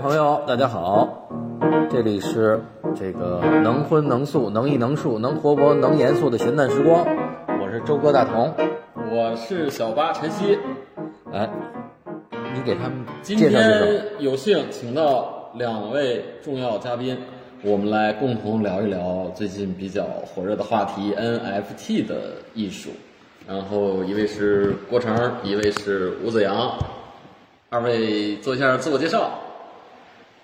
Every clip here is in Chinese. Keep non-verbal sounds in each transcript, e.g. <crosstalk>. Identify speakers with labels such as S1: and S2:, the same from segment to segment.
S1: 朋友，大家好，这里是这个能荤能素能艺能术能活泼能严肃的闲淡时光，我是周哥大同。
S2: 我是小八晨曦，
S1: 哎，你给他们
S2: 今
S1: 介绍介
S2: 天有幸请到两位重要嘉宾，我们来共同聊一聊最近比较火热的话题 NFT 的艺术。然后一位是郭成，一位是吴子阳，二位做一下自我介绍。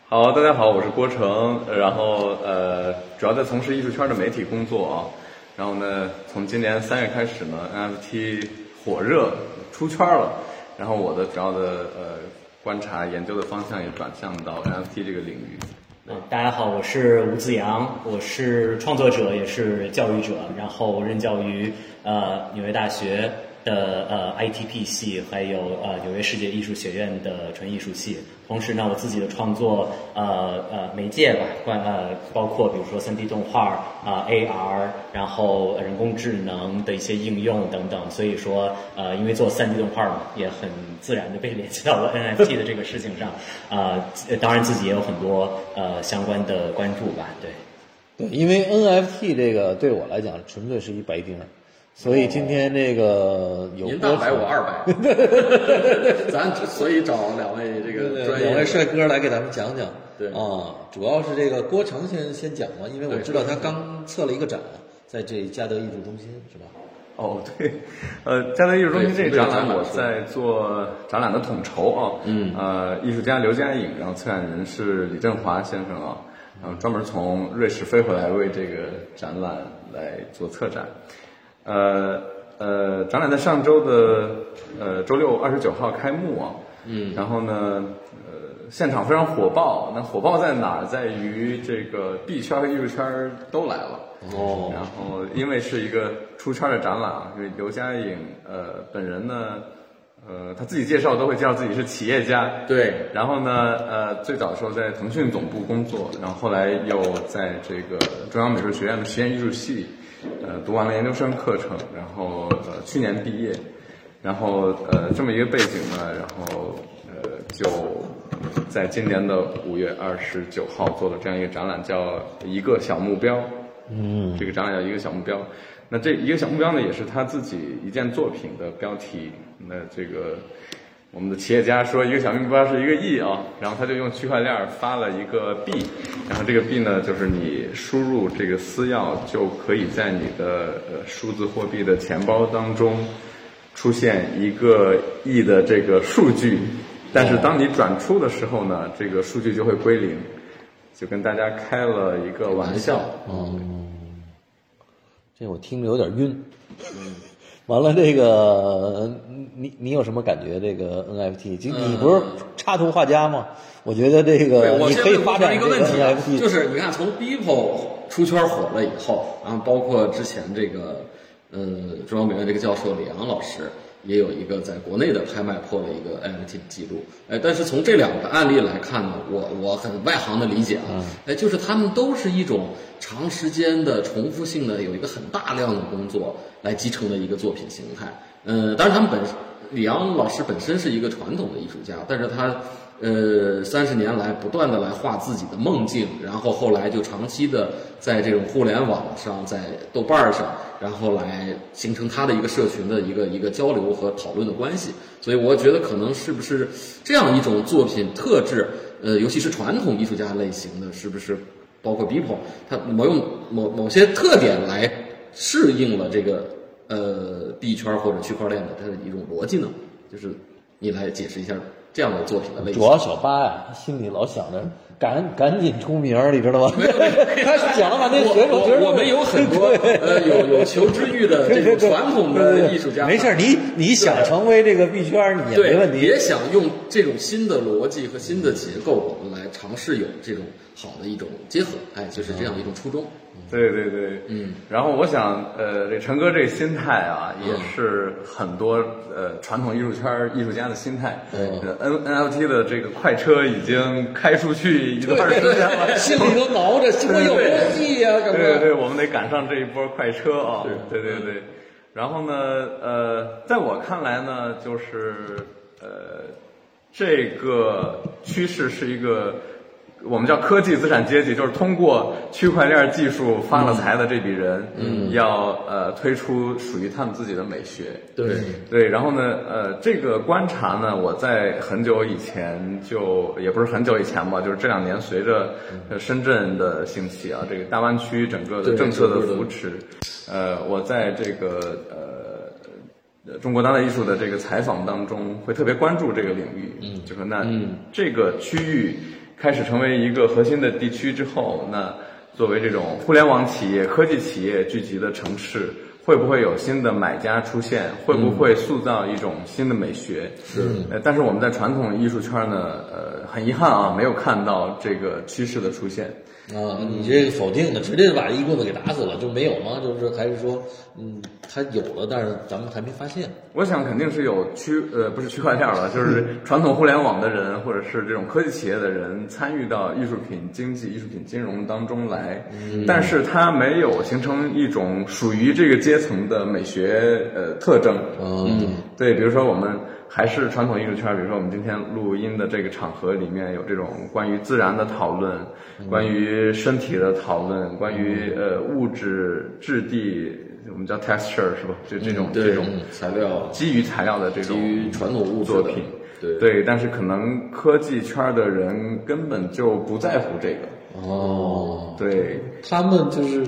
S3: 好，大家好，我是郭成，呃然后呃，主要在从事艺术圈的媒体工作啊。然后呢，从今年三月开始呢，NFT 火热出圈了。然后我的主要的呃观察研究的方向也转向到 NFT 这个领域。
S4: 嗯，大家好，我是吴子阳，我是创作者，也是教育者，然后任教于呃纽约大学的呃 ITP 系，还有呃纽约世界艺术学院的纯艺术系。同时呢，我自己的创作呃呃媒介吧，关呃包括比如说 3D 动画啊、AR，然后人工智能的一些应用等等。所以说呃，因为做 3D 动画嘛，也很自然的被联系到了 <laughs> NFT 的这个事情上。啊、呃，当然自己也有很多呃相关的关注吧，对。
S1: 对，因为 NFT 这个对我来讲纯粹是一白丁儿，所以今天这个有
S2: 您大
S1: 郭
S2: 白，我
S1: 成
S2: 二
S1: <laughs>
S2: 百，咱所以找两位这个专业
S5: 两位帅哥来给咱们讲讲。
S2: 对
S5: 啊，主要是这个郭成先先讲嘛，因为我知道他刚策了一个展，在这嘉德艺术中心是吧？
S3: 哦，对，呃，嘉德艺术中心这
S2: 对
S3: 个展
S2: 从这个
S3: 览，
S2: 展览
S3: 我在做展览的统筹啊。嗯。呃，艺术家刘佳颖，然后策展人是李振华先生啊，然后专门从瑞士飞回来为这个展览来做策展。呃呃，展览在上周的呃周六二十九号开幕啊。嗯。然后呢，呃，现场非常火爆。那火爆在哪儿？在于这个币圈和艺术圈儿都来了。然后因为是一个出圈的展览啊，因为刘嘉颖呃本人呢，呃他自己介绍都会介绍自己是企业家，
S2: 对
S3: 然后呢，呃最早的时候在腾讯总部工作，然后后来又在这个中央美术学院的实验艺术系，呃读完了研究生课程，然后呃去年毕业，然后呃这么一个背景呢，然后呃就在今年的五月二十九号做了这样一个展览，叫一个小目标。嗯，这个展览叫一个小目标。那这一个小目标呢，也是他自己一件作品的标题。那这个我们的企业家说，一个小目标是一个亿啊，然后他就用区块链发了一个币，然后这个币呢，就是你输入这个私钥，就可以在你的呃数字货币的钱包当中出现一个亿的这个数据，但是当你转出的时候呢，这个数据就会归零。就跟大家开了一个玩笑，
S1: 这我听着有点晕。
S2: 嗯
S1: 完了，这个嗯你你有什么感觉？这个 NFT，就你不是插图画家吗？我觉得这
S2: 嗯对，
S1: 个
S2: 我
S1: 你可
S2: 现在
S1: 以
S2: 就
S1: 发
S2: 发现
S1: 展
S2: 一
S1: 这
S2: 个问题啊，
S1: NFT，
S2: 就是你看从 Beeple 出圈火了以后，然后包括之前这个呃中央美院这个教授李阳老师也有一个在国内的拍卖破了一个 NFT 记录，哎，但是从这两个案例来看呢，我我很外行的理解
S1: 嗯
S2: 啊，哎，就是他们都是一种长时间的重复性的有一个很大量的工作来集成的一个作品形态，呃，当然他们本李阳老师本身是一个传统的艺术家，但是他呃三十年来不断的来画自己的梦境，然后后来就长期的在这种互联网上，在豆瓣儿上，然后来形成他的一个社群的一个一个交流和讨论的关系。所以我觉得可能是不是这样一种作品特质，呃，尤其是传统艺术家类型的，是不是包括 Beeple，它某用某某些特点来适应了这个呃币圈或者区块链的它的一种逻辑呢？就是你来解释一下这样的作品的类型
S1: 主。要小八呀，他心里老想着赶赶紧出名儿，你知道吗？他想了半天，
S2: 我
S1: 学手学
S2: 我我们有很
S1: <laughs>
S2: 多呃有有求知欲的这种传统的艺术家，啊
S1: 没事儿，你你想成为这个币圈儿，你也
S2: 对，
S1: 没问题
S2: 也。想用这种新的逻辑和新的结构，我们来尝试有这种好的一种结合，哎，就是这样一种初衷。
S3: 对对对，嗯。然后我想，呃，这陈哥这个心态啊，也是很多呃传统艺术圈儿艺术家的心态。呃 N NFT 的这个快车已经开出去一段时间了，
S5: 心里头挠着，什么有逻辑呀？什
S3: 对对
S5: 么？
S3: 对，我们得赶上这一波快车啊！对对对然后呢，呃，在我看来呢，就是呃，这个趋势是一个我们叫科技资产阶级，就是通过区块链技术发了财的这批人，嗯，要呃推出属于他们自己的美学。
S2: 对，
S3: 对，然后呢，呃，这个观察呢，我在很久以前就也不是很久以前吧，就是这两年随着呃深圳的兴起啊，这个大湾区整个的
S2: 对
S3: 政策的
S2: 对对
S3: 扶持，呃，我在这个呃呃中国当代艺术的这个采访当中，会特别关注这个领域。嗯，就说那、这个区域开始成为一个核心的地区之后，那作为这种互联网企业、科技企业聚集的城市，会不会有新的买家出现？会不会塑造一种新的美学？是、呃，但是我们在传统艺术圈呢，呃，很遗憾啊，没有看到这个趋势的出现。
S5: 啊，你这个否定的，直接就把一棍子给打死了，就没有吗？就是还是说，嗯，它有了，但是咱们还没发现。
S3: 我想肯定是有区呃不是区块链了，就是传统互联网的人或者是这种科技企业的人参与到艺术品经济、艺术品金融当中来，但是它没有形成一种属于这个阶层的美学呃特征。
S5: 嗯，
S3: 对，比如说我们还是传统艺术圈，比如说我们今天录音的这个场合里面有这种关于自然的讨论，关于身体的讨论，关于呃物质质地，我们叫 texture 是吧？就这
S2: 嗯
S3: 种、这种。
S2: 材料
S3: 基于材料的这
S2: 基
S3: 种
S2: 于传统物质
S3: 作
S2: 的
S3: 品，
S2: 对
S3: 但是可能科技圈的人根本就不在乎这个，
S5: 哦，
S3: 对，
S5: 他们就是，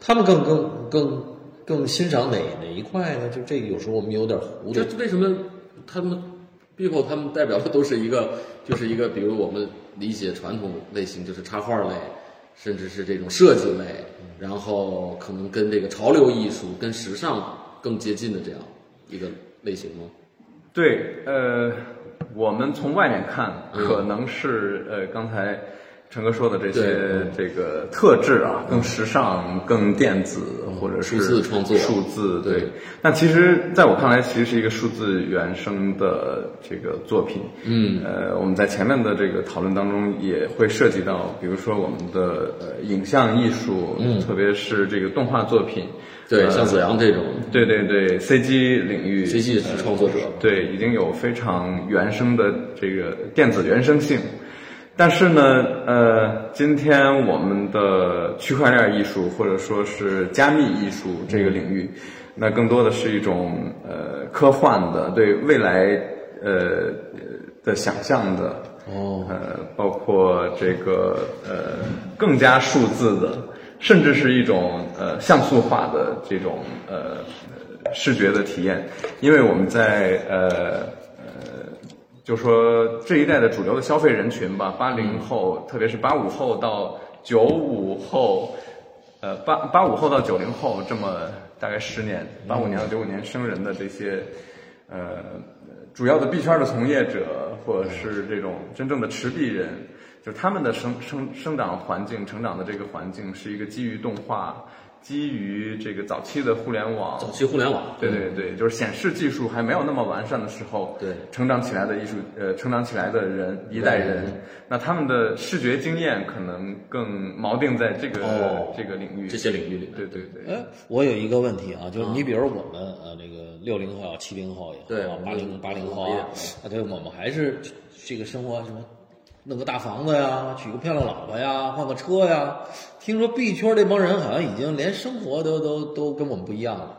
S5: 他们更更更更欣赏哪哪一块呢？就这个有时候我们有点糊涂
S2: 这。为什么他们 people 他们代表的都是一个，就是一个，比如我们理解传统类型就是插画类，甚至是这种设计类，然后可能跟这个潮流艺术、跟时尚更接近的这样一个类型吗？
S3: 对，呃，我们从外面看，可能是、呃刚才陈哥说的这
S2: 嗯对嗯
S3: 些这个特质啊，更时尚、更电子，或者是
S2: 数字创作
S3: 数字对。
S2: 对
S3: 但其实在我看来，其实是一个数字原生的这个作品。嗯，呃，我们在前面的这个讨论当中也会涉及到，比如说我们的呃影像艺术，
S2: 嗯
S3: 特别是这个动画作品。
S2: 对，
S3: 呃
S2: 像子阳这种
S3: 对对对，CG 领域
S2: CG 是创作者，
S3: 对，已经有非常原生的这个电子原生性。但是呢，呃，今天我们的区块链艺术或者说是加密艺术这个领域，那更多的是一种呃科幻的对未来呃的想象的
S5: 哦，
S3: 呃，包括这个呃更加数字的，甚至是一种呃像素化的这种呃呃视觉的体验，因为我们在呃呃，就说这一代的主流的消费人群吧，八零后，特别是八五后到九五后，呃八八五后到九零后这么大概十年，八五年到九五年生人的这些，呃，主要的币圈的从业者或者是这种真正的持币人，就是他们的生生生长环境、成长的这个环境是一个基于动画、基于这个早期的互联网、
S2: 早期互联网，
S3: 对对对，就是显示技术还没有那么完善的时候，
S2: 对
S3: 成长起来的艺术，呃，成长起来的人一代人，那他们的视觉经验可能更锚定在这个、
S2: 哦
S3: 这个领域，
S2: 这些领域里面
S3: 对对对，
S1: 哎，我有一个问题啊，就是你比如我们呃，这个六零后、七零后也
S2: 对
S1: 好，啊八零八零后
S2: 我们也
S1: 啊，啊，对，我们还是这个生活什么，弄个大房子呀，娶个漂亮老婆呀，换个车呀。听说币圈这帮人好像已经连生活都都都跟我们不一样了。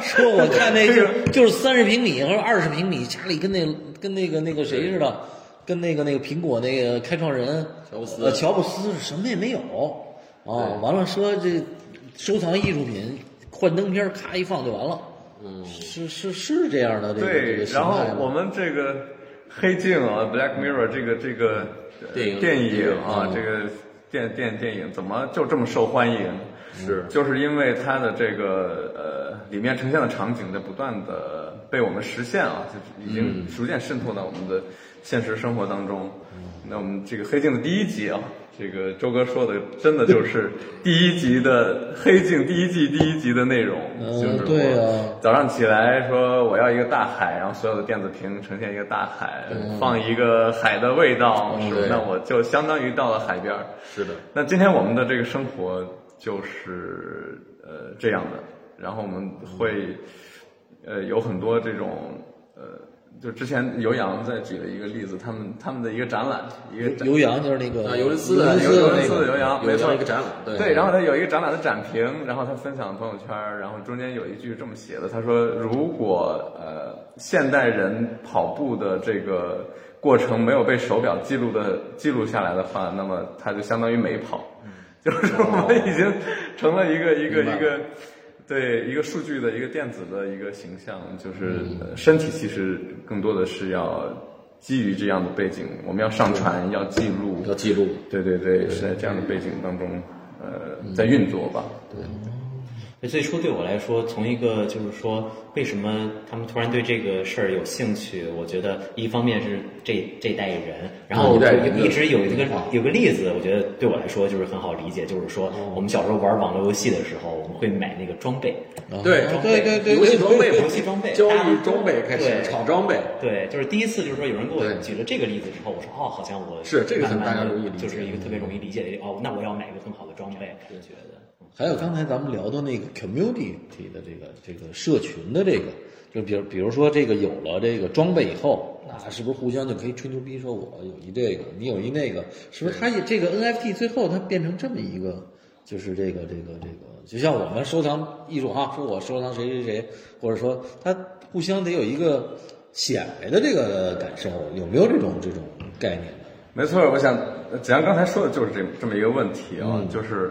S1: 说我看那就就是三十平米或者二十平米，家里跟那跟那个那个谁似的，跟那个那个苹果那个开创人
S2: 乔布斯
S1: 呃乔布斯什么也没有啊。完了说这收藏艺术品，幻灯片儿咔一放就完了。嗯，是是是这样的这个这
S3: 对
S1: 个。形
S3: 然后
S1: 态吗
S3: 我们这个黑镜啊，Black Mirror 这个这个呃
S2: 电影
S3: 电影
S1: 嗯
S3: 啊，这个电电电影怎么就这么受欢迎？
S1: 嗯
S3: 是，就是因为它的这个呃里面呈现的场景在不断的被我们实现啊，就是
S1: 嗯
S3: 已经逐渐渗透到我们的现实生活当中。那我们这个《黑镜》的第一集啊，这个周哥说的真的就是第一集的《黑镜》第一季第一集的内容，就是
S1: 对啊
S3: 我早上起来说我要一个大海，然后所有的电子屏呈现一个大海，放一个海的味道，是吧
S2: 对？
S3: 那我就相当于到了海边儿。
S2: 是的，
S3: 那今天我们的这个生活就是呃这样的，然后我们会呃有很多这种呃就之前尤洋在举了一个例子，他们他们的一个展览，一个展
S1: 尤洋就是那个
S2: 啊，尤伦斯的
S1: 尤
S3: 斯
S1: 伦
S3: 的
S2: 那个
S3: 尤洋
S2: 有
S3: 没错
S2: 一个展览，对
S3: 对，然后他有一个展览的展评，然后他分享朋友圈，然后中间有一句这么写的，他说：“如果呃现代人跑步的这个过程没有被手表记录的记录下来的话，那么他就相当于没跑，就是我们已经成了一个一个一个。”对一个数据的一个电子的一个形象，就是呃身体其实更多的是要基于这样的背景，我们要上传，要记录，
S2: 要记录，
S3: 对对对，是在这样的背景当中，呃，在运作吧。
S4: 所以最初对我来说，从一个就是说，为什么他们突然对这个事儿有兴趣？我觉得一方面是这这代人，然后
S2: 一代人
S4: 有一直有一个
S2: 变化
S4: 有个例子，我觉得对我来说就是很好理解，就是说
S2: 哦
S4: 我们小时候玩网络游戏的时候，我们会买那个装备，
S2: 对
S4: 装
S1: 啊对对
S4: 备
S1: 对
S2: 游戏装备嘛，
S4: 游戏装备
S2: 交易装备开始
S4: 对
S2: 炒装备，
S4: 对，就是第一次，就是说有人给我
S2: 对
S4: 举了这个例子之后，我说哦，好像我
S2: 是这个很
S4: 慢慢
S2: 大家
S4: 地
S2: 容易理解嗯
S4: 就是一个特别容易理解的哦，那我要买一个很好的装备，我觉得。
S1: 还有刚才咱们聊的那个 community 的这个这个社群的这个，就比如比如说这个有了这个装备以后，那是不是互相就可以吹牛逼说我有一这个，你有一那个，是不是？它也这个 NFT 最后它变成这么一个，就是这个这个这个，就像我们收藏艺术哈，说我收藏谁谁谁，或者说它互相得有一个显摆的这个感受，有没有这种这种概念呢？
S3: 没错，我想呃子阳刚才说的就是这这么一个问题啊，就是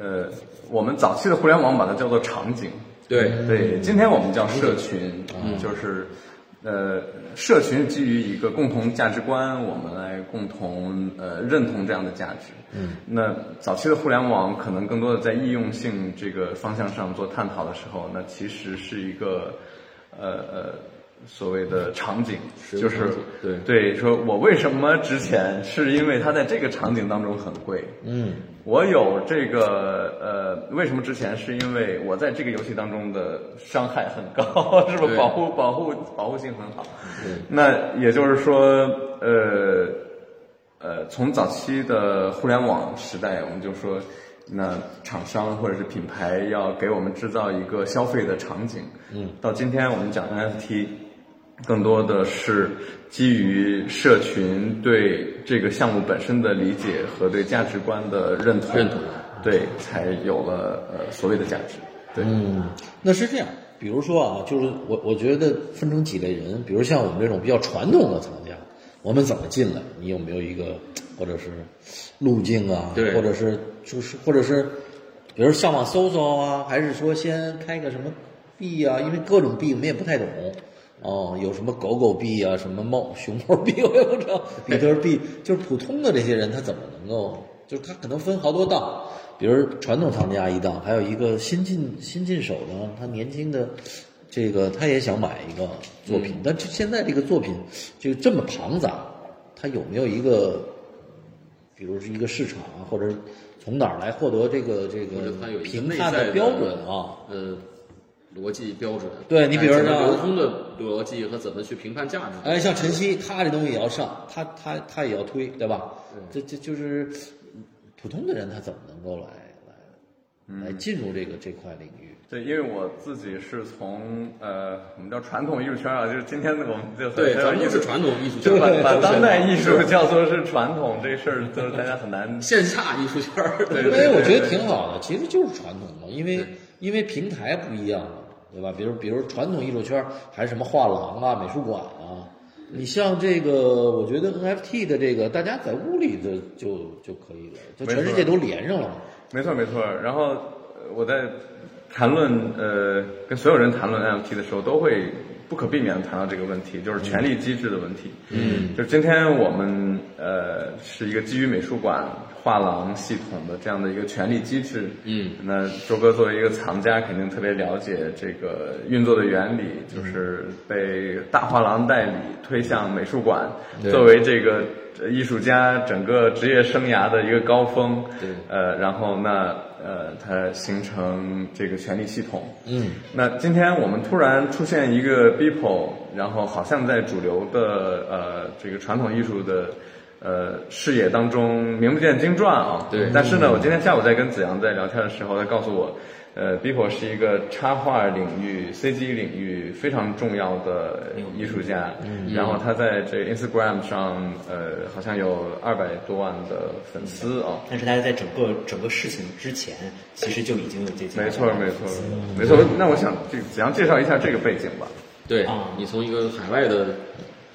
S3: 呃，我们早期的互联网把它叫做场景，
S2: 对
S3: 对，今天我们叫社群，嗯就是呃，社群基于一个共同价值观，我们来共同呃认同这样的价值。嗯，那早期的互联网可能更多的在易用性这个方向上做探讨的时候，那其实是一个呃呃。所谓的场景，就是
S2: 对
S3: 对，说我为什么值钱，是因为它在这个场景当中很贵，
S1: 嗯，
S3: 我有这个呃，为什么之前是因为我在这个游戏当中的伤害很高， <laughs> 是吧
S2: 对？
S3: 保护保护保护性很好。那也就是说，呃呃，从早期的互联网时代，我们就说，那厂商或者是品牌要给我们制造一个消费的场景。嗯，到今天我们讲 NFT，更多的是基于社群对这个项目本身的理解和对价值观的认同，
S2: 认同嗯
S3: 对，才有了呃所谓的价值。对，
S1: 嗯，那是这样，比如说啊，就是我我觉得分成几类人，比如像我们这种比较传统的藏家，我们怎么进来？你有没有一个或者是路径啊？
S2: 对
S1: 或者是就是或者是，比如上网搜搜啊，还是说先开个什么币啊？因为各种币我们也不太懂。哦，有什么狗狗币啊，什么猫熊猫币，我也不知道，比特币，就是普通的这些人，他怎么能够，就是他可能分好多档，比如传统藏家一档，还有一个新进新进手的，他年轻的，这个他也想买一个作品，但这现在这个作品就这么庞杂，他有没有一个，比如是一个市场啊，或者从哪儿来获得这个这
S2: 或
S1: 个
S2: 者它有一个
S1: 评
S2: 内
S1: 判
S2: 在
S1: 的
S2: 的
S1: 标准啊？
S2: 呃，逻辑标准，
S1: 对你比如
S2: 哎怎么
S1: 说
S2: 流通的逻辑和怎么去评判价值，
S1: 哎，像晨曦，他这东西也要上，他他他也要推，对吧？这这就是普通的人，他怎么能够来来来进入这个这块领域？
S3: 对，因为我自己是从呃，我们叫传统艺术圈啊，就是今天的我们就很
S2: 对，
S3: 很
S2: 咱
S3: 有
S2: 们
S3: 意
S2: 都
S3: 思
S2: 是传统艺术
S3: 就
S2: 圈
S3: 把
S2: 儿，。
S3: 把 <laughs> 当代艺 <laughs> 术叫做是传统这事儿，就是大家很难
S2: 线下艺术圈儿，
S3: 对
S1: 因为
S3: 对
S1: 我
S3: 对
S1: 觉得
S3: 对
S1: 挺好的，其实就是传统嘛，因为因为平台不一样了，对吧？比如比如传统艺术圈儿还是什么画廊啊、美术馆啊，你像这个，我觉得 NFT 的这个，大家在屋里就就就可以了，就全世界都连上了嘛。
S3: <laughs> 没错没错。然后呃我在谈论呃跟所有人谈论 NFT 的时候，都会不可避免地谈到这个问题，就是权力机制的问题。嗯，就是今天我们呃是一个基于美术馆。画廊系统的这样的一个权力机制，嗯，那周哥作为一个藏家，肯定特别了解这个运作的原理，就是被大画廊代理推向美术馆，作为这个呃艺术家整个职业生涯的一个高峰。对，呃，然后那呃，它形成这个权力系统。嗯，那今天我们突然出现一个 Beeple，然后好像在主流的呃这个传统艺术的。呃，视野当中名不见经传啊。对。但是呢，我今天下午在跟子阳在聊天的时候，他告诉我，呃，Bipo 是一个插画领域、CG 领域非常重要的艺术家，然后他在这个 Instagram 上，呃，好像有二百多万的粉丝啊、
S4: 但是他在整个整个事情之前，其实就已经有接近
S3: 没错，没错，没错。那我想这怎样介绍一下这个背景吧？
S2: 对
S4: 啊
S2: 你从一个海外的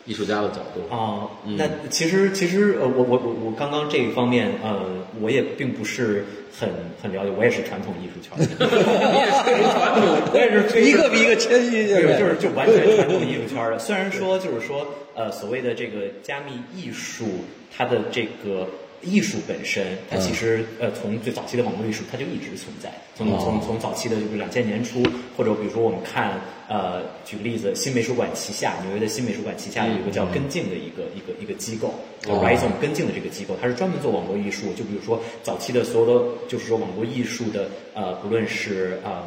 S2: 艺术家的角度，
S4: 啊、那其实其实呃，我我我我刚刚这一方面呃，我也并不是很很了解，我也是传统艺术圈的， <laughs> 我也是非
S1: 一个比一个谦虚，现
S4: 对，
S1: 在
S4: 就是就完全传统艺术圈儿 <laughs> 的。虽然说就是说，呃，所谓的这个加密艺术，它的这个艺术本身，它其实、呃，从最早期的网络艺术，它就一直存在。从从从早期的就是两千年初，或者比如说我们看呃，举个例子，新美术馆旗下纽约的新美术馆旗下有一个叫跟进的一个、一个一个机构，叫 Rhizome 跟进的这个机构，它是专门做网络艺术。就比如说早期的所有的，就是说网络艺术的呃，不论是呃。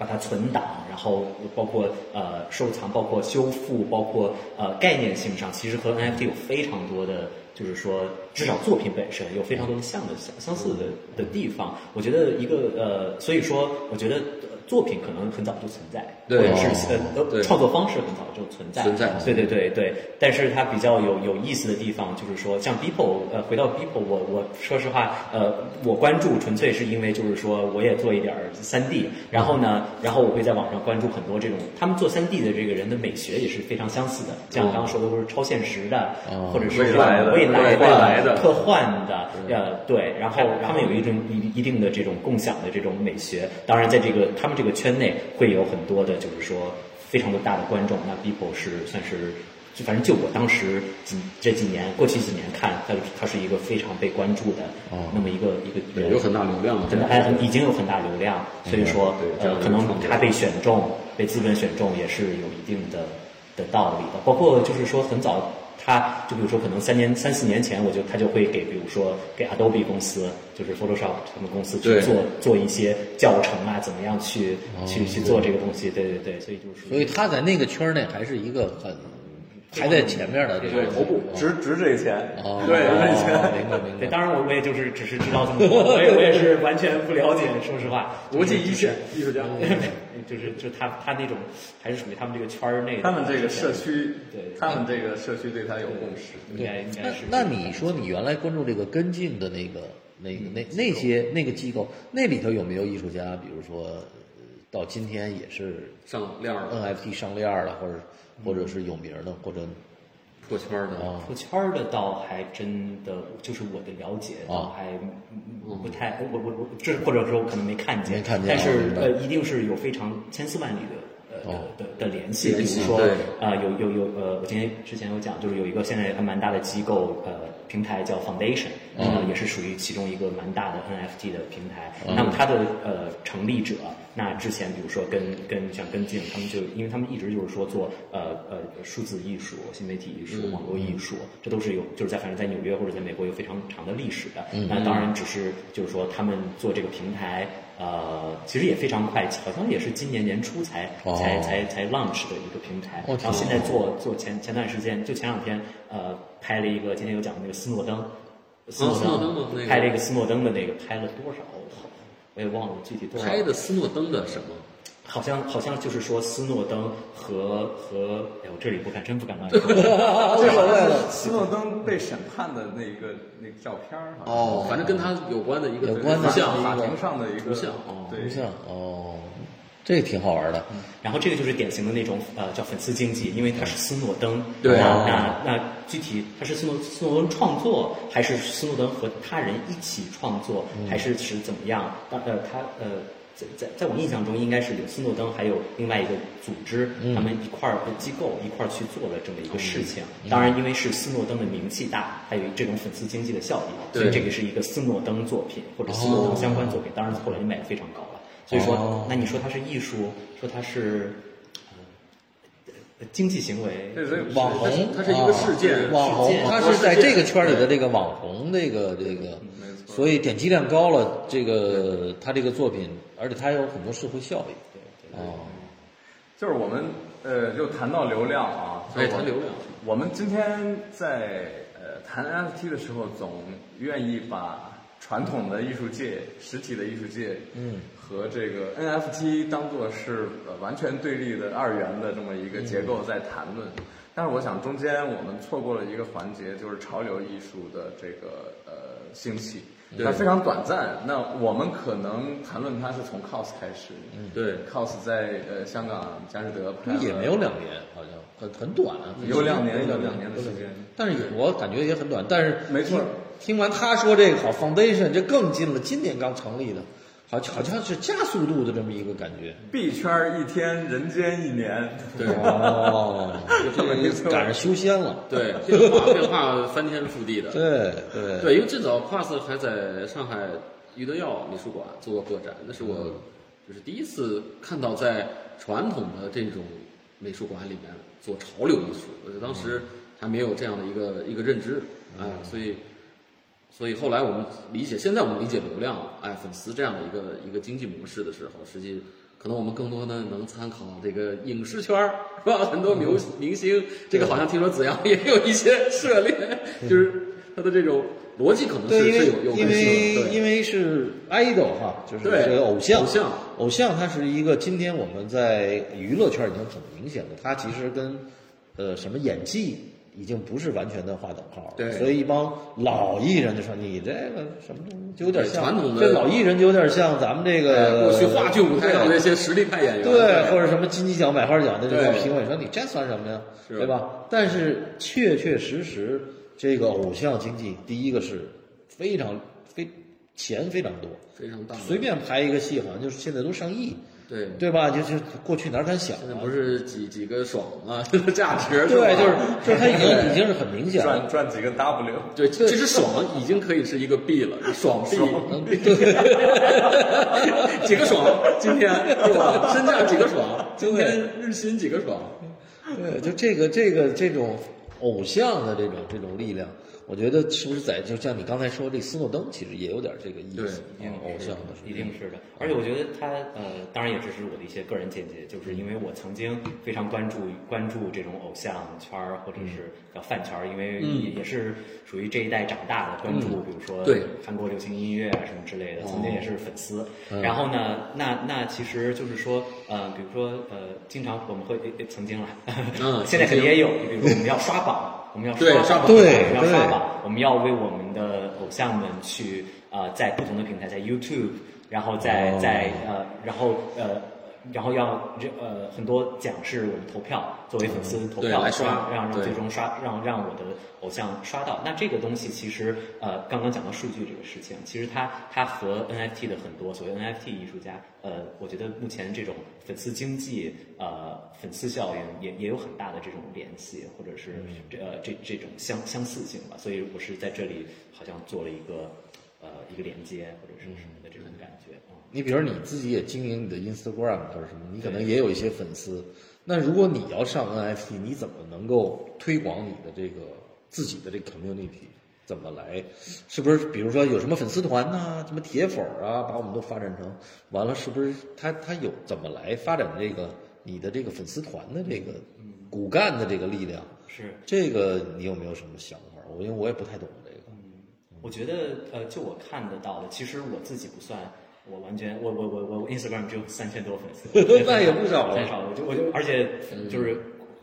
S4: 把它存档，然后包括呃收藏，包括修复，包括呃概念性上，其实和 NFT 有非常多的，就是说至少作品本身有非常多的像的相相似的的地方。我觉得一个呃，所以说我觉得呃作品可能很早就存在，
S2: 对哦
S4: 或者是呃
S2: 对
S4: 呃创作方式很早就存在，
S2: 存在
S4: 对对对对。但是它比较有有意思的地方就是说，像 Beeple 呃，回到 Beeple，我我说实话呃，我关注纯粹是因为就是说我也做一点三 D，然后呢，然后我会在网上关注很多这种他们做三 D 的这个人的美学也是非常相似的，像刚刚说的都是超现实的，或者是
S3: 未来的
S4: 未来
S3: 未来的
S4: 的科幻的，呃，对，然后他们有一种一一定的这种共享的这种美学。当然，在这个他们这个圈内会有很多的，就是说非常多大的观众。那 Beeple 是算是，就反正就我当时几这几年过去几年看，它它是一个非常被关注的、那么一个一个
S2: 哦对，
S4: 人，
S2: 有很大流量
S4: 很
S2: 的。
S4: 大嗯还很已经有很大流量，所以说呃，可能他被选中，被资本选中也是有一定的的道理的。包括就是说很早，他就比如说可能三年三四年前，我就他就会给比如说给 Adobe 公司，就是 Photoshop 他们公司去
S2: 对
S4: 做做一些教程啊，怎么样去去去做这个东西。对对对，所以就是说
S1: 所以他在那个圈内还是一个很排在前面的这个头部。
S3: 值值这钱
S1: 哦，
S3: 对，
S1: 哦
S3: 值这钱。
S1: 明白明
S4: 对，
S1: 白。
S4: 当然我我也就是只是知道这么多，我也我也是完全不了解，说实
S3: <laughs>
S4: 话，
S2: 国际一线艺术家，
S4: 就是 <laughs> 就他他那种还是属于他们这个圈儿内的，
S3: 他们这个社区，
S4: 对
S3: 他们这个社区对他有共识。
S4: 应该应该是。
S1: 那那你说你原来关注这个跟进的那个那个那那些那个机构，那里头有没有艺术家？比如说，呃到今天也是
S2: 上链儿的
S1: NFT 上链儿了，或者或者是有名儿的，或者
S2: 破圈儿的，
S1: 啊
S4: 朋友圈儿的倒还真的，就是我的了解
S1: 啊
S4: 倒还嗯不太，我我我这或者说我可能没看见，
S1: 没看见
S4: 但
S1: 啊
S4: 是
S1: 明白
S4: 呃，一定是有非常千丝万缕的。呃
S1: 哦
S4: 的的的联系，比
S2: 联
S4: 如
S2: 系
S4: 说
S2: 对，
S4: 呃，有有有，呃，我今天之前有讲，就是有一个现在还蛮大的机构，呃，平台叫 Foundation，呃，也是属于其中一个蛮大的 NFT 的平台。那么它的呃成立者，那之前比如说跟跟像跟进，他们就因为他们一直就是说做呃呃数字艺术、新媒体艺术、网络艺术，这都是有就是在反正在纽约或者在美国有非常长的历史的。那当然只是就是说他们做这个平台。呃，其实也非常快，好像也是今年年初才、
S1: 哦
S4: 才才才 launch 的一个平台，
S1: 哦
S4: 然
S1: 挺
S4: 后现在做做前前段时间就前两天呃拍了一个今天有讲的那个斯诺登，斯诺
S2: 哦斯诺登的那个
S4: 拍了一个斯诺登的那个拍了多少，我也忘了具体多少，
S2: 拍的斯诺登的什么？
S4: 好像好像就是说斯诺登和和哎我这里不敢真不敢
S2: <laughs>
S4: 乱说，
S1: 啊，无所谓了。
S3: 斯诺登被审判的那个那个照片儿，哦，
S2: 哦，反正跟他有关的一个
S1: 有关的
S2: 图像
S3: 法
S1: 一个
S3: 庭上的一个
S2: 图像哦
S3: 对
S1: 不，像哦，这挺好玩的。
S4: 然后这个就是典型的那种呃叫粉丝经济，因为它是斯诺登，
S2: 对
S4: 那
S2: 啊
S4: 那那具体它是斯诺斯诺登创作，还是斯诺登和他人一起创作，
S2: 嗯
S4: 还是是怎么样？当呃他呃。在在在我印象中，应该是有斯诺登，还有另外一个组织，
S2: 嗯
S4: 他们一块儿呃机构一块儿去做了这么一个事情。
S2: 嗯
S4: 当然，因为是斯诺登的名气大，还有这种粉丝经济的效应，所以
S2: 对
S4: 这个是一个斯诺登作品或者斯诺登相关作品。当然，后来卖的非常高了。所以说，那你说它是艺术，说它是呃经济行为，
S3: 对，所以
S1: 网红，
S2: 它是一个事件
S1: 啊网
S4: 事
S1: 红，
S4: 件
S1: 他是在这个圈里的这个网红，这个这个，所以点击量高了，这个他这个作品，而且他有很多社会效益。哦，
S3: 就是我们呃，就谈到流量啊，
S2: 哎
S3: 就我
S2: 谈流量。
S3: 我们今天在呃谈 NFT 的时候，总愿意把传统的艺术界、实体的艺术界，嗯，和这个 NFT 当做是呃完全对立的二元的这么一个结构在谈论。但是我想中间我们错过了一个环节，就是潮流艺术的这个呃兴起，它非常短暂。那我们可能谈论它是从 cos 开始，
S2: 对
S3: cos 在呃香港佳士得拍
S1: 嗯那
S3: 了
S1: 也没有两年，好像很很短啊，
S3: 有两年
S1: 没
S3: 有两年的时间，
S1: 但是也我感觉也很短，但是
S3: 没错
S1: 听。听完他说这个好，Foundation 这更近了，今年刚成立的，好好像是加速度的这么一个感觉。
S3: 币圈儿一天，人间一年。
S2: 对
S1: 哦，这个赶上修仙了。
S2: 对，这个话变化翻天覆地的。
S1: 对对
S2: 对，因为最早 Quas 还在上海余德耀美术馆做过个展，那是我就是第一次看到在传统的这种美术馆里面做潮流艺术，我就当时还没有这样的一个一个认知，哎，所以所以后来我们理解，现在我们理解流量，哎，粉丝这样的一个一个经济模式的时候，实际可能我们更多的能参考这个影视圈儿，是吧？很多明
S1: 嗯
S2: 明星，这个好像听说子阳也有一些涉猎，就是他的这种逻辑可能
S1: 对，
S2: 是
S1: 因
S2: 是
S1: 为
S2: 有有
S1: 因
S2: 关系的，
S1: 为
S2: 对
S1: 因为是 idol 哈，就是
S2: 对
S1: 这个偶像，
S2: 偶像
S1: 偶像它是一个今天我们在娱乐圈已经很明显的，它其实跟呃什么演技已经不是完全的划等号了。
S2: 对
S1: 所以一帮老艺人就说你这个什么东西就有点像
S2: 传统的
S1: 这老艺人就有点像咱们这
S2: 哎
S1: 个
S2: 过去话剧舞台上的那些实力派演员，
S1: 呃对，或者什么金鸡奖、百花奖的这个
S2: 对
S1: 评委说你这算什么呀，
S2: 是
S1: 对吧？但是确确实实，这个偶像经济，第一个是非常非钱非常多，
S2: 非常大的，
S1: 随便排一个戏好像就是现在都上亿，
S2: 对
S1: 对吧？就是过去哪敢想
S2: 嗯现在
S1: 啊
S2: 不？是几几个爽啊， <laughs> 这个价值是吧
S1: 对，
S2: <laughs>
S1: 就是就是它已经已经是很明显
S2: 啊
S1: 了
S3: 赚。赚几个 W，
S2: 对，其实爽已经可以是一个币了，爽币，嗯 <laughs> 几个爽，
S1: <laughs>
S2: 今天是吧？身价几个爽，今天日薪几个爽，
S1: 对，就这个这个这种偶像的这种这种力量，我觉得是不是在就像你刚才说这斯诺登，其实也有点这个意思，
S4: 嗯
S1: 啊偶像的
S4: 一定是的。
S2: 嗯
S4: 而且我觉得他呃，当然也只是我的一些个人见解，就是
S2: 嗯
S4: 因为我曾经非常关注关注这种偶像圈儿或者是
S2: 嗯
S4: 叫饭圈儿，因为也也是属于这一代长大的，关注比如说
S2: 嗯对哦
S4: 韩国流行音乐啊什么之类的，曾经也是粉丝。
S2: 嗯
S4: 然后呢，那那其实就是说呃，比如说呃，经常我们会诶诶曾经了，
S2: 嗯
S4: <laughs> 现在肯
S2: 曾经
S4: 定也有，比如说我们要刷榜，我们要
S2: 对刷
S4: 刷
S2: 榜
S1: 对
S4: 我们要刷
S1: 对
S4: 榜。我们要为我们的偶像们去呃，在不同的平台，在 YouTube，然后在在呃，然后呃，然后要呃很多奖是我们投票，作为粉丝投
S2: 对
S4: 票
S2: 来刷
S4: 让让让
S2: 对
S4: 最终刷让让我的偶像刷到。那这个东西其实呃，刚刚讲到数据这个事情，其实它它和 NFT 的很多所谓 NFT 艺术家，呃，我觉得目前这种粉丝经济呃粉丝效应也也有很大的这种联系，或者是
S2: 嗯
S4: 这呃这这种相相似性吧。所以我是在这里好像做了一个呃一个连接或者是什么的这种感觉。嗯
S1: 你比如你自己也经营你的 Instagram 或者什么，你可能也有一些粉丝。那如果你要上 NFT，你怎么能够推广你的这个自己的这个 community？怎么来？是不是比如说有什么粉丝团呐、什么铁粉儿啊，把我们都发展成完了？是不是他他有怎么来发展这个你的这个粉丝团的这个骨干的这个力量？
S4: 是，
S1: 这个你有没有什么想法？我因为我也不太懂这个。，
S4: 我觉得呃，就我看得到的，其实我自己不算，我完全我我我我 Instagram 只有三千多粉
S2: <laughs>
S4: 丝
S1: 那也不少了
S4: 很少。我就我就而且
S2: 嗯
S4: 就是、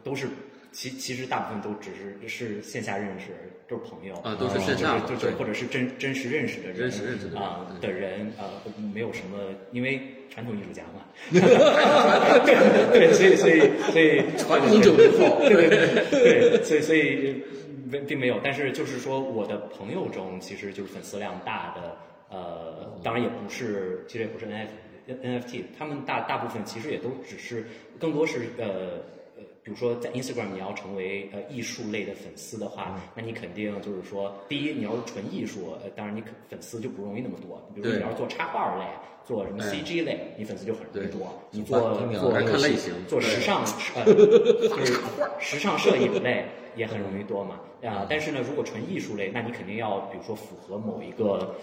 S4: 都是。其其实大部分都只是是线下认识，都是朋友
S2: 啊都是线下
S4: 就是就
S2: 对
S4: 是或者是真真实认识的人，
S2: 真实认识的人嗯
S4: 啊
S2: 对
S4: 的人呃没有什么，因为传统艺术家
S2: <laughs>
S4: 嘛， <laughs> 对，所以所以所以
S2: 传统
S4: <laughs>
S2: 九零后， <laughs>
S4: 对对，所以所以没并没有，但是就是说，我的朋友中其实就是粉丝量大的，
S2: 嗯
S4: 呃，当然也不是，其实也不是 NFT NFT，他们大大部分其实也都只是，更多是呃。呃比如说，在 Instagram 你要成为呃艺术类的粉丝的
S2: 嗯
S4: 话，那你肯定就是说，第一你要是纯艺术，呃，当然你可粉丝就不容易那么多。比如说
S2: 对
S4: 你要是做插画类，做什么 CG 类，你粉丝就很容易多。你做
S1: 听起来
S4: 做
S2: 还是看类型
S4: 做时尚， <laughs> 呃，就是时尚摄影类也很容易多嘛。啊、但是呢，如果纯艺术类，那你肯定要比如说符合某一个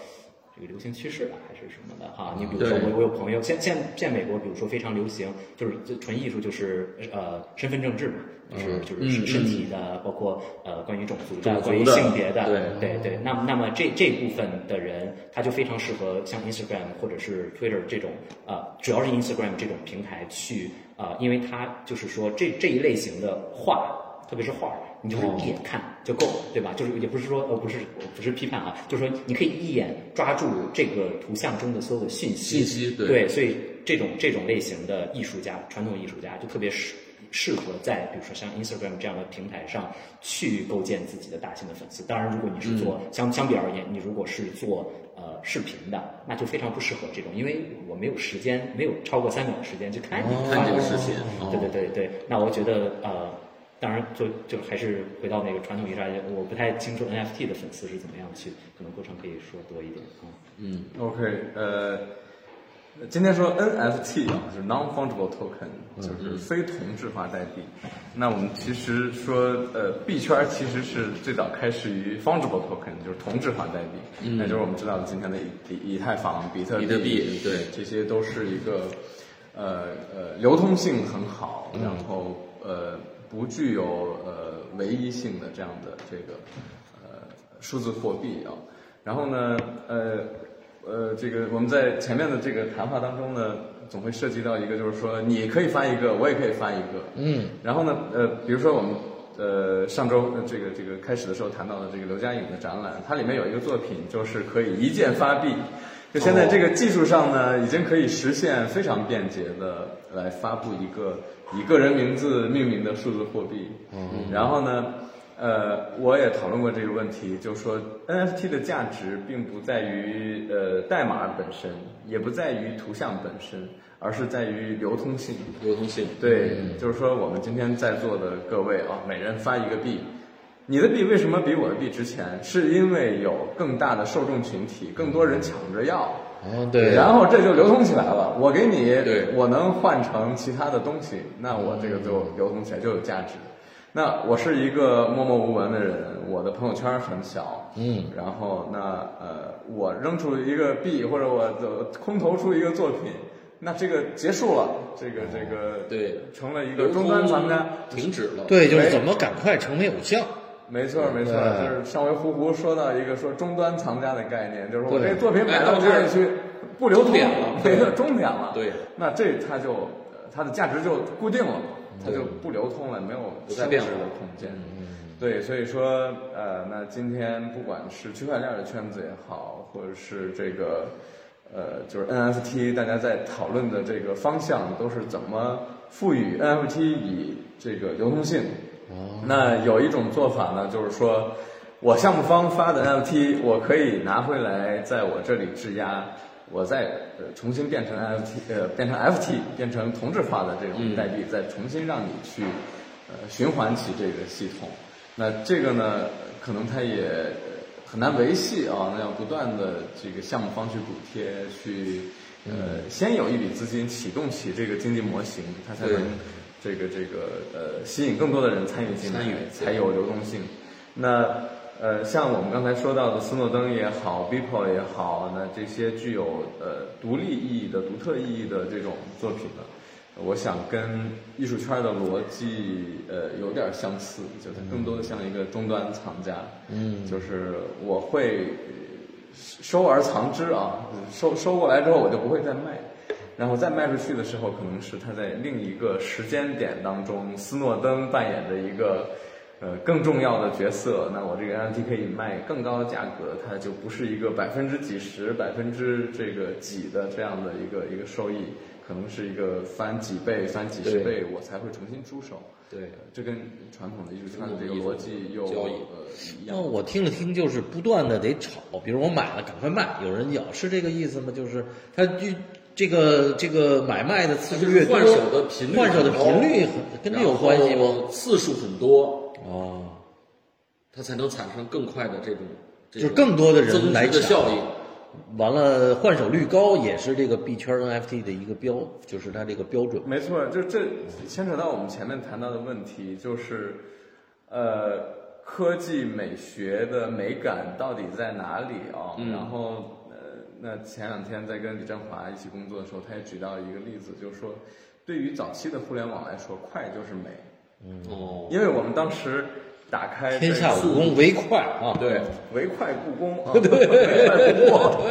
S4: 这个流行趋势啊，还是什么的哈、你比如说我我有朋友，现现现在美国，比如说非常流行，就是就纯艺术就是呃身份政治嘛，就是就是身身体的，包括呃关嗯于种族的、关于性别的，对对对。那么那么这这部分的人，他就非常适合像 Instagram 或者是 Twitter 这种呃，主要是 Instagram 这种平台去呃，因为它就是说这这一类型的画，特别是画，你就是一眼看就够了，对吧？就是也不是说呃不是我不是批判啊，就是说你可以一眼抓住这个图像中的所有的讯息，
S2: 信息对
S4: 所以这种这种类型的艺术家，传统艺术家就特别适适合在比如说像 Instagram 这样的平台上去构建自己的大型的粉丝。当然，如果你是做、
S2: 嗯
S4: 相相比而言，你如果是做呃视频的，那就非常不适合这种，因为我没有时间，没有超过三秒的时间去看你
S2: 哦
S4: 发
S2: 看这个
S4: 的
S2: 视频哦
S4: 对对对对，那我觉得呃。当然就，就还是回到那个传统艺术家，我不太清楚 NFT 的粉丝是怎么样去，可能过程可以说多一点啊。
S3: OK，呃，今天说 NFT 啊，就是 non-fungible token，就是
S2: 嗯
S3: 非同质化代币。那我们其实说，呃，币圈其实是最早开始于 fungible token，就是同质化代币，那就是我们知道的今天的以以以太坊、比特
S2: 嗯比特币对
S3: 这些都是一个呃呃流通性很好，然后呃不具有呃唯一性的这样的这个呃数字货币啊。然后呢，呃呃，这个我们在前面的这个谈话当中呢，总会涉及到一个，就是说你可以发一个，我也可以发一个，嗯。然后呢，呃，比如说我们。呃，上周呃这个这个开始的时候谈到的这个刘嘉颖的展览，它里面有一个作品就是可以一键发币，就现在这个技术上呢，已经可以实现非常便捷的来发布一个以个人名字命名的数字货币。嗯，然后呢，呃，我也讨论过这个问题，就说 NFT 的价值并不在于呃代码本身，也不在于图像本身，而是在于流通性。
S2: 流通性
S3: 对，就是说我们今天在座的各位啊，每人发一个币。你的币为什么比我的币值钱？是因为有更大的受众群体，更多人抢着要，
S1: 嗯，对，
S3: 然后这就流通起来了。我给你，
S2: 对
S3: 我能换成其他的东西，那我这个就流通起来就有价值。那我是一个默默无闻的人，我的朋友圈很小，嗯，然后那呃，我扔出一个币或者我的空投出一个作品，那这个结束了，这个这个
S2: 哦对
S3: 成了一个终端藏家，
S2: 停止了，
S1: 对，就是怎么赶快成为偶像。
S3: 没错，没错，
S1: 对
S3: 就是上回胡胡说到一个说终端藏家的概念，就是我
S1: 对
S3: 这作品摆到
S2: 哎
S3: 这
S2: 到
S3: 里
S2: 这
S3: 去不流通
S2: 终点了
S3: 没错， <laughs> 终点了。
S2: 对，
S3: 那这它就呃它的价值就固定了，它就不流通了，没有
S2: 嗯不
S3: 升
S2: 再
S3: 值
S2: 变化嗯
S3: 的空间。对，所以说，呃，那今天不管是区块链的圈子也好，或者是这个，呃，就是 NFT，大家在讨论的这个方向都是怎么赋予 NFT 以这个流通性。
S2: 哦
S3: 那有一种做法呢，就是说我项目方发的 NFT，我可以拿回来在我这里质押，我再呃重新变成 NFT，呃，变成 FT，变成同质化的这种代币，再重新让你去呃循环起这个系统。那这个呢，可能它也呃很难维系啊，那要不断的这个项目方去补贴，去呃先有一笔资金启动起这个经济模型，它才能
S2: 对
S3: 这个这个呃吸引更多的人参与进来，
S2: 参与
S3: 才有流动性。那呃，像我们刚才说到的斯诺登也好，Beeple 也好，那这些具有呃独立意义的、独特意义的这种作品呢，我想跟艺术圈的逻辑呃有点相似，就它更多的像一个终端藏家，嗯，就是我会收而藏之啊，收收过来之后我就不会再卖，然后再卖出去的时候，可能是他在另一个时间点当中，斯诺登扮演的一个呃更重要的角色。那我这个 NFT 可以卖更高的价格，它就不是一个百分之几十、百分之这个几的这样的一个一个收益，可能是一个翻几倍、翻几十倍，我才会重新出手。
S2: 对
S3: 呃，这跟传统的艺术圈的这个
S2: 传统的
S3: 逻
S2: 艺术
S3: 辑又
S2: 交易
S3: 呃一
S1: 那
S3: 样。
S1: 我听了听，就是不断的得炒，比如我买了赶快卖，有人要，是这个意思吗？就是他就这个这个买卖的次数越多，
S2: 换手的频率很高，
S1: 换手的频率很跟这有关系
S2: 然
S1: 吗？
S2: 后次数很多，
S1: 哦，
S2: 它才能产生更快的这种，这
S1: 就是
S2: 种
S1: 更多的人来
S2: 增值的
S1: 抢
S2: 效应。
S1: 完了换手率高也是这个币圈 NFT 的一个标，就是它这个标准。
S3: 没错，就这牵扯到我们前面谈到的问题，就是，呃，
S1: 嗯
S3: 科技美学的美感到底在哪里啊、然后呃，那前两天在跟李振华一起工作的时候，他也举到一个例子，就是说，对于早期的互联网来说，快就是美，
S2: 哦，
S3: 因为我们当时打开
S1: 天下
S3: 这个
S1: 武功唯快啊！
S3: 对，唯快不
S2: <laughs>
S3: 攻啊，唯快不破。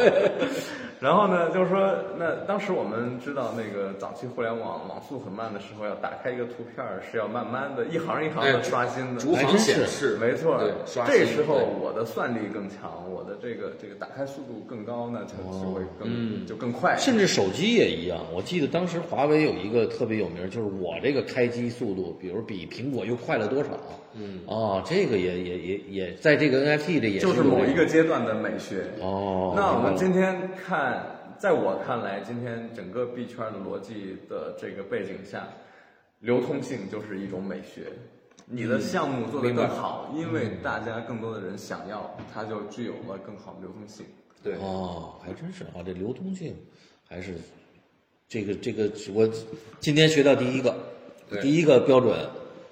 S3: 然后呢，就是说，那当时我们知道，那个早期互联网网速很慢的时候，要打开一个图片儿是要慢慢的一行一行
S2: 哎
S3: 的刷新的，嗯
S2: 逐
S1: 还
S2: 行
S1: 真
S2: 显
S1: 是
S2: 示，
S3: 没错
S2: 对，，刷
S3: 这
S2: 新
S3: 时候
S2: 对
S3: 我的算力更强，我的这个这个打开速度更高，那它就会更
S2: 嗯
S3: 就更快。
S1: 甚至手机也一样，我记得当时华为有一个特别有名，就是我这个开机速度，比如比苹果又快了多少？嗯，哦，这个也也也也在这个 NFT 里也
S3: 就是
S1: 有
S3: 某
S1: 这
S3: 一个阶段的美学。
S1: 哦，
S3: 那我们
S1: 明
S3: 今天看，在我看来，今天整个币圈的逻辑的这个背景下，流通性就是一种美学。你的项目做得更好，
S1: 嗯
S3: 因为大家更多的人想要，它就具有了更好的流通性。
S2: 对
S1: 白了，哦，还真是啊，这流通性还是这个这个，我今天学到第一个，
S2: 对
S1: 第一个标准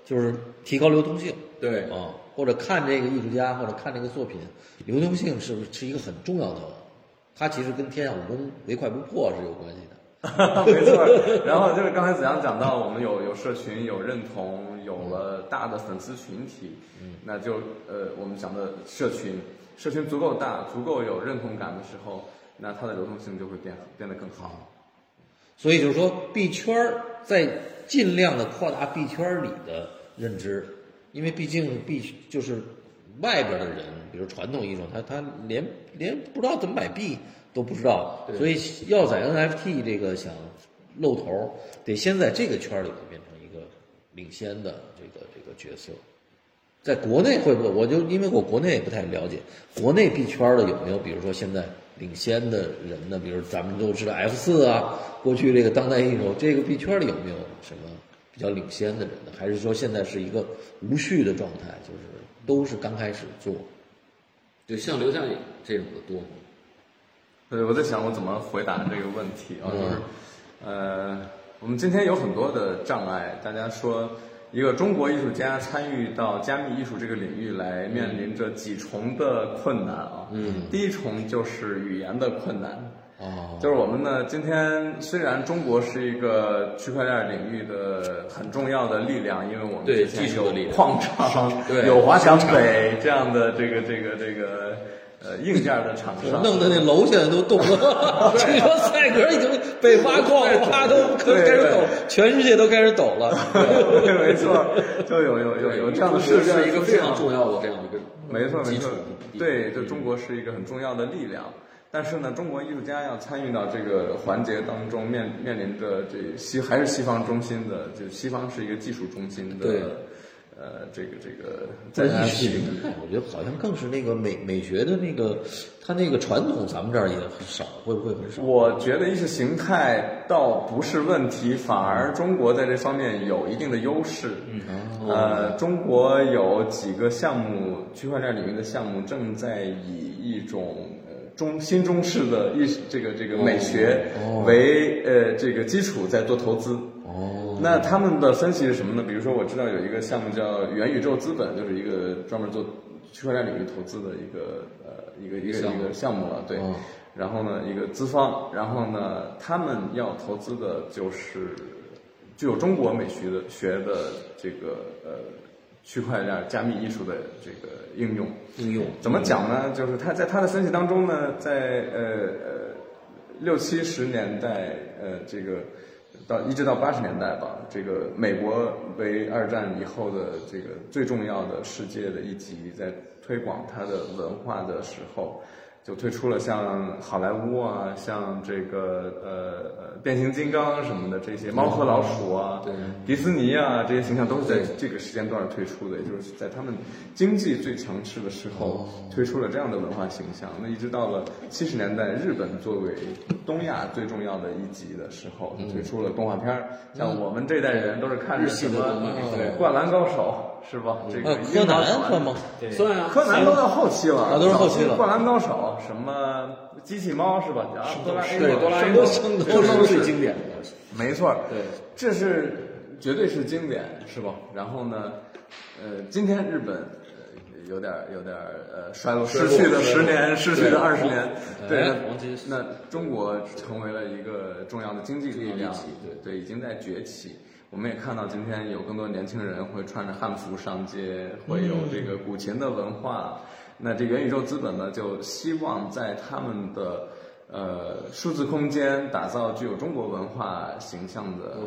S1: 就是提高流通性。
S2: 对
S1: 啊，或者看这个艺术家，或者看这个作品，流动性是不是是一个很重要的？它其实跟天下武功唯快不破是有关系的。
S3: <laughs> 没错儿。然后就是刚才子阳讲到，我们有有社群，有认同，有了大的粉丝群体，
S1: 嗯
S3: 那就呃，我们讲的社群，社群足够大，足够有认同感的时候，那它的流动性就会变变得更好。
S1: 所以就是说，币圈儿在尽量的扩大币圈儿里的认知，因为毕竟币就是外边的人，比如传统艺术，他他连连不知道怎么买币都不知道，所以要在 NFT 这个想露头儿，得先在这个圈儿里头变成一个领先的这个这个角色。在国内会不会？我就因为我国内也不太了解，国内币圈的有没有，比如说现在领先的人呢？比如咱们都知道 F 四啊，过去这个当代艺术这个币圈里有没有什么比较领先的人呢？还是说现在是一个无序的状态，就是都是刚开始做？
S2: 对，像刘向颖这种的多，
S3: 对，我在想我怎么回答这个问题啊，就是，
S2: 嗯
S3: 呃，我们今天有很多的障碍，大家说一个中国艺术家参与到加密艺术这个领域来，
S2: 嗯
S3: 面临着几重的困难啊。嗯，第一重就是语言的困难。
S1: 哦，
S3: 就是我们呢，今天虽然中国是一个区块链领域的很重要的力量，因为我们
S2: 对
S3: 之前
S2: 技术
S3: 有
S2: 的力量
S3: 矿场，
S2: 对
S3: 有华强北这样的这个这个这个呃硬件的厂商，
S1: 弄得那楼现在都动了，据 <laughs> 说赛格已经被挖矿挖都开始抖，全世界都开始抖了。
S3: 对， <laughs> 没错，就有有有有这样的事
S2: 是
S3: 情，
S2: 是一个非常重要的这样一个
S3: 没错没
S2: 基础
S3: 错
S2: 的，地
S3: 对，就中国是一个很重要的力量。但是呢，中国艺术家要参与到这个环节当中，面面临着这西还是西方中心的，就西方是一个技术中心的，
S2: 对
S3: 呃，这个这个
S1: 在
S3: 在
S1: 意
S3: 它
S1: 识形态，我觉得好像更是那个美美学的那个，它那个传统，咱们这儿也很少，会不会很少？
S3: 我觉得意识形态倒不是问题，反而中国在这方面有一定的优势。嗯，呃，中国有几个项目，区块链领域的项目正在以一种呃中新中式的意识这个这个美学为、呃这个基础在做投资。
S1: 哦，
S3: 那他们的分析是什么呢？比如说，我知道有一个项目叫元宇宙资本，就是一个专门做区块链领域投资的一个呃一个一个一个项目了，对。然后呢，一个资方，然后呢，他们要投资的就是具有中国美学的学的这个呃区块链加密艺术的这个应用。
S2: 应用。
S3: 怎么讲呢？就是他在他的分析当中呢，在呃呃六七十年代，呃这个到一直到八十年代吧，这个美国为二战以后的这个最重要的世界的一极，在推广它的文化的时候。就推出了像好莱坞啊，像这个呃呃变形金刚什么的这些，猫和老鼠啊，
S2: 对
S3: 迪士尼啊，这些形象都是在
S2: 对
S3: 这个时间段推出的，也就是在他们经济最强势的时候推出了这样的文化形象。那一直到了七十年代，日本作为东亚最重要的一极的时候，就推出了动画片儿。像我们这一代人都是看着什
S2: 系
S3: 么
S2: 的动漫
S3: 对
S2: 嗯
S3: 《灌篮高手》是吧？这
S1: 呃
S3: 个，
S1: 柯
S3: 樱桃
S1: 南
S3: 小丸
S1: 算
S3: 子
S1: 吗？
S4: 对，
S2: 算啊，
S3: 柯南都到后期了，
S1: 啊都是后期了
S3: 早期灌篮高手什么机器猫是吧？啊，哆啦 A
S2: 对
S3: 梦，
S2: 哆啦 A 梦
S3: 圣斗
S2: 圣斗
S3: 士
S2: 士最经典的，
S3: 没错，
S2: 对，
S3: 这是绝对是经典，是吧？然后呢，呃，今天日本呃有点儿有点儿呃衰落，哎失去的十年，失去的二十年，对，那
S2: 黄金时
S3: 那中国成为了一个重要的经济力
S2: 经
S3: 量
S2: 济体，
S3: 对，已经在崛起。我们也看到今天有更多年轻人会穿着汉服上街，会有这个古琴的文化。那这元宇宙资本呢，就希望在他们的呃数字空间打造具有中国文化形象的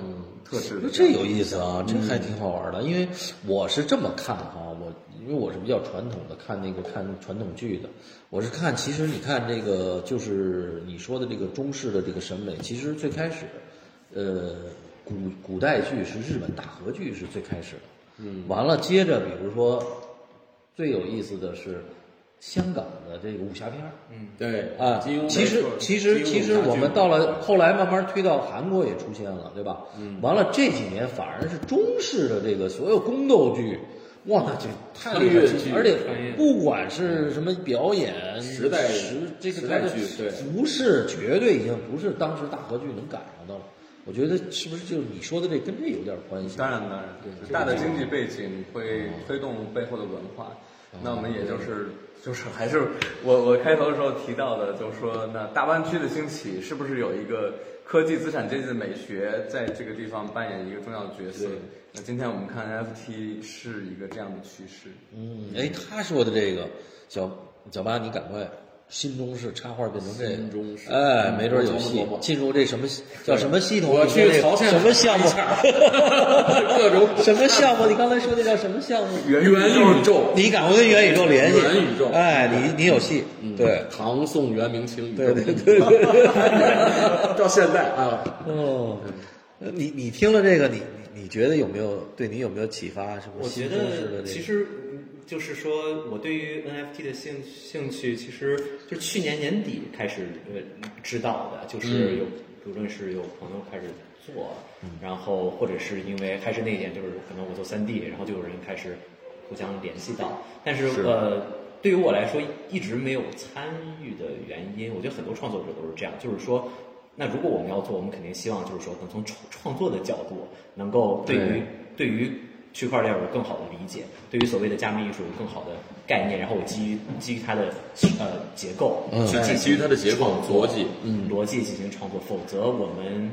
S3: 特质的样子。
S1: 这有意思啊，这还挺好玩的。因为我是这么看哈、我因为我是比较传统的，看那个看传统剧的。我是看，其实你看这个，就是你说的这个中式的这个审美，其实最开始，呃，古古代剧是日本大和剧是最开始的。嗯，完了，接着比如说，最有意思的是香港的这个武侠片儿。
S2: 对
S1: 啊
S2: 金庸，
S1: 其实其实其实我们到了后来慢慢推到韩国也出现了，对吧？嗯，完了这几年反而是中式的这个所有宫斗剧，哇，那就太厉害
S2: 穿越剧
S1: 了！而且
S2: 穿越
S1: 不管是什么表演、
S2: 时代
S1: 时这个
S2: 时代
S1: 它的
S2: 剧对
S1: 不是绝对已经不是当时大合剧能赶上的了。我觉得是不是就是你说的这跟这有点关系？
S3: 当然，当然，对，大的经济背景会推动背后的文化。那我们也就是 <laughs> 就是还是我我开头的时候提到的，就是说那大湾区的兴起是不是有一个科技资产阶级的美学在这个地方扮演一个重要的角色？那今天我们看 NFT 是一个这样的趋势。
S1: 嗯，哎，他说的这个，小小八，你赶快新中式插画变成这个，
S2: 新中式
S1: 哎，没准有
S2: 我琢磨
S1: 戏
S2: 琢磨，
S1: 进入这什么叫什么系统？
S2: 我
S1: 你说
S2: 去
S1: 这
S2: 朝鲜
S1: 什么项目？
S2: <laughs> 各种
S1: <laughs> 什么项目？你刚才说那叫什么项目？
S3: 元
S2: 元宇宙，
S1: 你赶快跟元宇宙联系，
S2: 元宇宙嗯
S1: 哎，你你有戏，对，
S2: 唐宋元明清宇
S1: 对
S2: 宙，
S1: 对对对
S2: <laughs>
S1: 对
S2: 到现在啊，
S1: 哦，你你听了这个，你你你觉得有没有对你有没有启发？什么
S4: 我觉
S1: 新中式的
S4: 得
S1: 这
S4: 其
S1: 个？
S4: 实嗯就是说，我对于 NFT 的兴兴趣，其实就是去年年底开始呃知道
S1: 嗯
S4: 的，就是有无论是有朋友开始做，然后或者是因为还是那一点，就是可能我做 3D，然后就有人开始互相联系到，但是呃，对于我来说一直没有参与的原因，我觉得很多创作者都是这样，就是说。那如果我们要做，我们肯定希望就是说，能从创创作的角度，能够对于对于区块链有更好的理解，对于所谓的加密艺术有更好的概念，然后我基于基于它的呃结构
S2: 嗯
S4: 去进行
S2: 哎基于它的结构
S4: 创作
S2: 逻辑
S4: 嗯逻辑进行创作，否则我们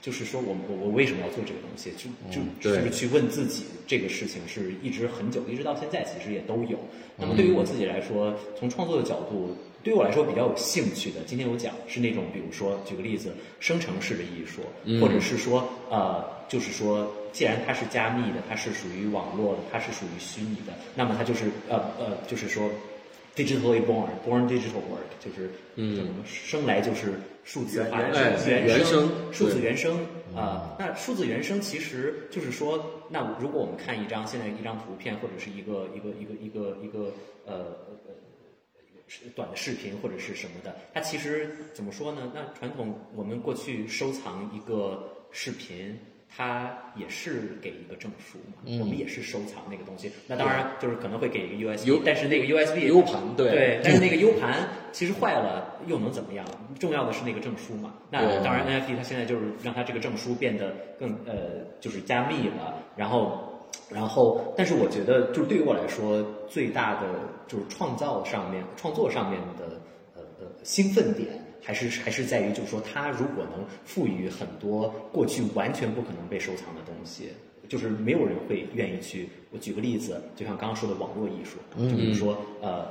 S4: 就是说我我我为什么要做这个东西？就就就
S2: 对
S4: 是去问自己这个事情是一直很久，一直到现在其实也都有。那么对于我自己来说，从创作的角度，对于我来说比较有兴趣的，今天有讲是那种，比如说举个例子，生成式的艺术，或者是说呃，就是说。既然它是加密的，它是属于网络的，它是属于虚拟的，那么它就是呃呃，就是说 digitally born born digital work，就是叫什么生来就是数字化的
S2: 原
S4: 原
S2: 哎原生
S4: 数字
S2: 对嗯
S4: 原生啊、那数字原生其实就是说，那如果我们看一张现在一张图片，或者是一个一个一个一个一个呃呃是短的视频或者是什么的，它其实怎么说呢？那传统我们过去收藏一个视频。它也是给一个证书嘛，
S2: 嗯
S4: 我们也是收藏那个东西。那当然就是可能会给一个 USB，
S2: U-
S4: 但是那个 USB
S2: U 盘对
S4: 对，但是那个 U 盘其实坏了又能怎么样？重要的是那个证书嘛。那
S2: 对
S4: 当然 NFT 它现在就是让它这个证书变得更呃，就是加密了，然后。然后，但是我觉得，就是对于我来说，最大的就是创造上面、创作上面的呃呃兴奋点，还是还是在于，就是说，它如果能赋予很多过去完全不可能被收藏的东西，就是没有人会愿意去。我举个例子，就像刚刚说的网络艺术，就比如说呃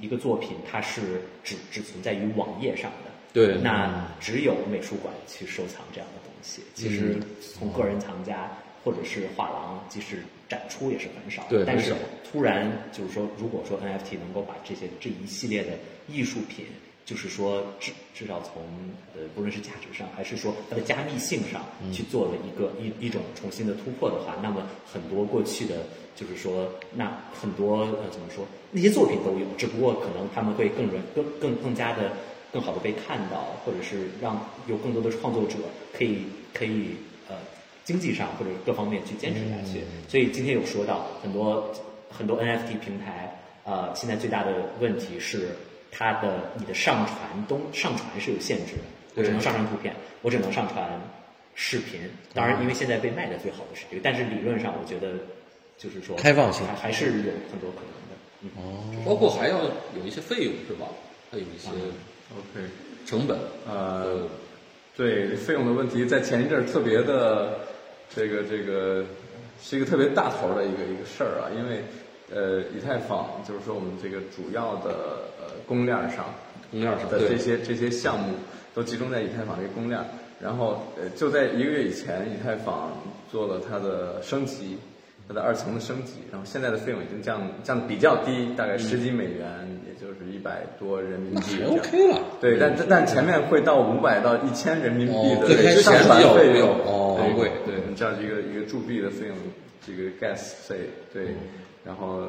S4: 一一个作品，它是只只存在于网页上的，
S2: 对
S4: 那只有美术馆去收藏这样的东西。
S2: 嗯
S4: 其实从个人藏家或者是画廊，即使展出也是很少。
S2: 对
S4: 但是
S2: 很少
S4: 突然就是说，如果说 NFT 能够把这些这一系列的艺术品，就是说至至少从呃不论是价值上，还是说它的加密性上，去做了一个一一种重新的突破的话，那么很多过去的就是说那很多呃怎么说那些作品都有，只不过可能他们会更容更更更加的更好的被看到，或者是让有更多的创作者可以可以呃经济上或者各方面去坚持下去。所以今天有说到很多很多 NFT 平台，呃，现在最大的问题是它的你的上传东上传是有限制的，我只能上传图片，我只能
S3: 嗯
S4: 上传视频。当然，因为现在被卖的最好的是这个，但是理论上我觉得就是说
S1: 开放性
S4: 还还是有很多可能的。嗯，
S3: 哦
S2: 包括还要有一些费用是吧？还有一些
S3: OK，
S2: 成本。
S3: 呃，对费用的问题，在前一阵儿特别的，这个这个是一个特别大头儿的一个一个事儿啊，因为呃，以太坊就是说我们这个主要的呃供链儿上，
S2: 供链儿上
S3: 的
S2: 对
S3: 这些这些项目都集中在以太坊这个供链儿，然后呃就在一个月以前，以太坊做了它的升级。它的二层的升级，然后现在的费用已经降降得比较低，大概
S2: 嗯
S3: 十几美元，也就是一百多人民币这
S1: 还
S3: 样。
S1: OK 了。
S3: 对，但但前面会到五百到一千人民币
S1: 哦
S3: 的
S1: 最开
S3: 这
S1: 始
S3: 个上
S2: 比
S3: 传
S2: 较
S3: 费用，
S1: 哦
S3: 对
S2: 昂贵
S3: 对，这样一个一个铸币的费用，这个 gas 费，对，然后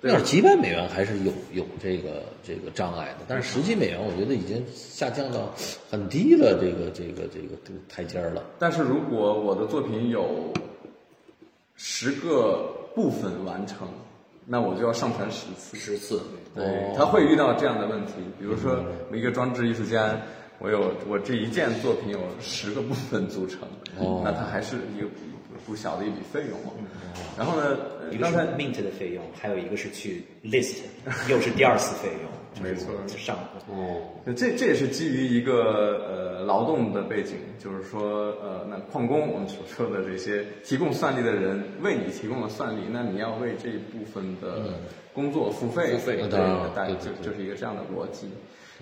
S3: 对
S1: 那几百美元还是有有这个这个障碍的，但是十几美元我觉得已经下降到很低的这个这个这个这个台阶儿了。
S3: 但是如果我的作品有十个部分完成，那我就要上传十次。
S2: 十次，
S3: 对，他会遇到这样的问题，比如说一个装置艺术家，我有我这一件作品有十个部分组成，那它还是一个不不小的一笔费用嘛。然后呢，呃
S4: 一个
S3: 刚
S4: 是
S3: 才
S4: mint 的费用，还有一个是去 list，又是第二次费用，
S3: <laughs> 没错
S4: 就是上
S3: 那这这也是基于一个呃劳动的背景，就是说呃，那矿工我们所说的这些提供算力的人为你提供了算力，那你要为这一部分的工作付费，
S2: 付费
S3: 对，
S1: 当然
S3: 大概
S1: 对
S3: 就就是一个这样的逻辑。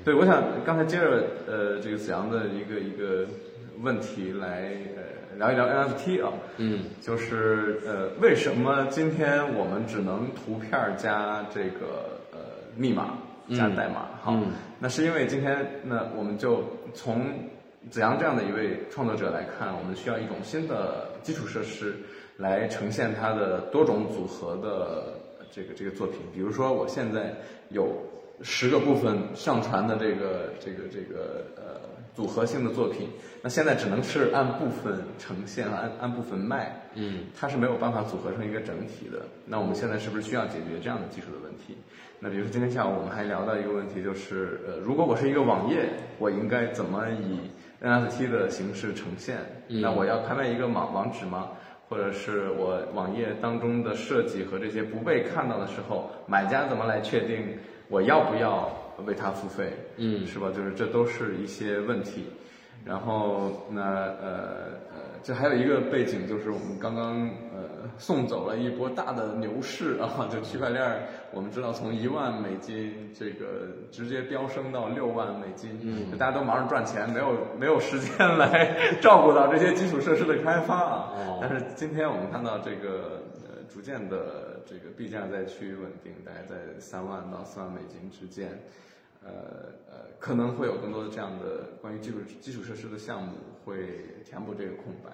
S3: 对，我想刚才接着呃这个子阳的一个一个问题来呃聊一聊 NFT 啊，嗯，就是呃为什么今天我们只能图片儿加这个呃密码加代码？好，那是因为今天那我们就从子阳这样的一位创作者来看，我们需要一种新的基础设施来呈现他的多种组合的这个这个作品。比如说，我现在有十个部分上传的这个这个这个呃组合性的作品，那现在只能是按部分呈现，按按部分卖。嗯，它是没有办法组合成一个整体的。那我们现在是不是需要解决这样的技术的问题？那比如说今天下午我们还聊到一个问题，就是呃，如果我是一个网页，我应该怎么以 NFT 的形式呈现？那我要拍卖一个网网址吗？或者是我网页当中的设计和这些不被看到的时候，买家怎么来确定我要不要为它付费？嗯，是吧？就是这都是一些问题。然后那呃呃，这还有一个背景就是我们刚刚呃送走了一波大的牛市啊，就区块链儿，我们知道从一万美金这个直接飙升到六万美金，嗯，就大家都忙着赚钱，没有 <laughs> 没有时间来照顾到这些基础设施的开发啊。但是今天我们看到这个呃逐渐的这个币价在趋于稳定，大概在三万到四万美金之间。呃呃，可能会有更多的这样的关于基础基础设施的项目会填补这个空白。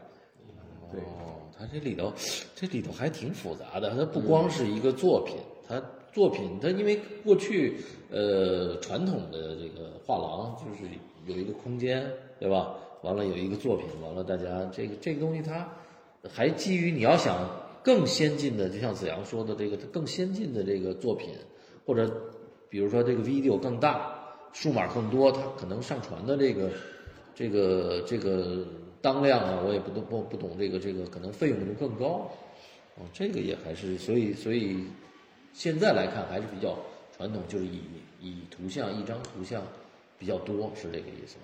S3: 对，
S1: 哦，它这里头，这里头还挺复杂的。它不光是一个作品，它作品它因为过去呃传统的这个画廊就是有一个空间，对吧？完了有一个作品，完了大家这个这个东西它还基于你要想更先进的，就像子阳说的这个更先进的这个作品，或者比如说这个 video 更大，数码更多，它可能上传的这个这个这个当量啊，我也不懂不不懂这个这个，可能费用就更高。哦，这个也还是所以所以现在来看还是比较传统，就是以以图像一张图像比较多，是这个意思吧？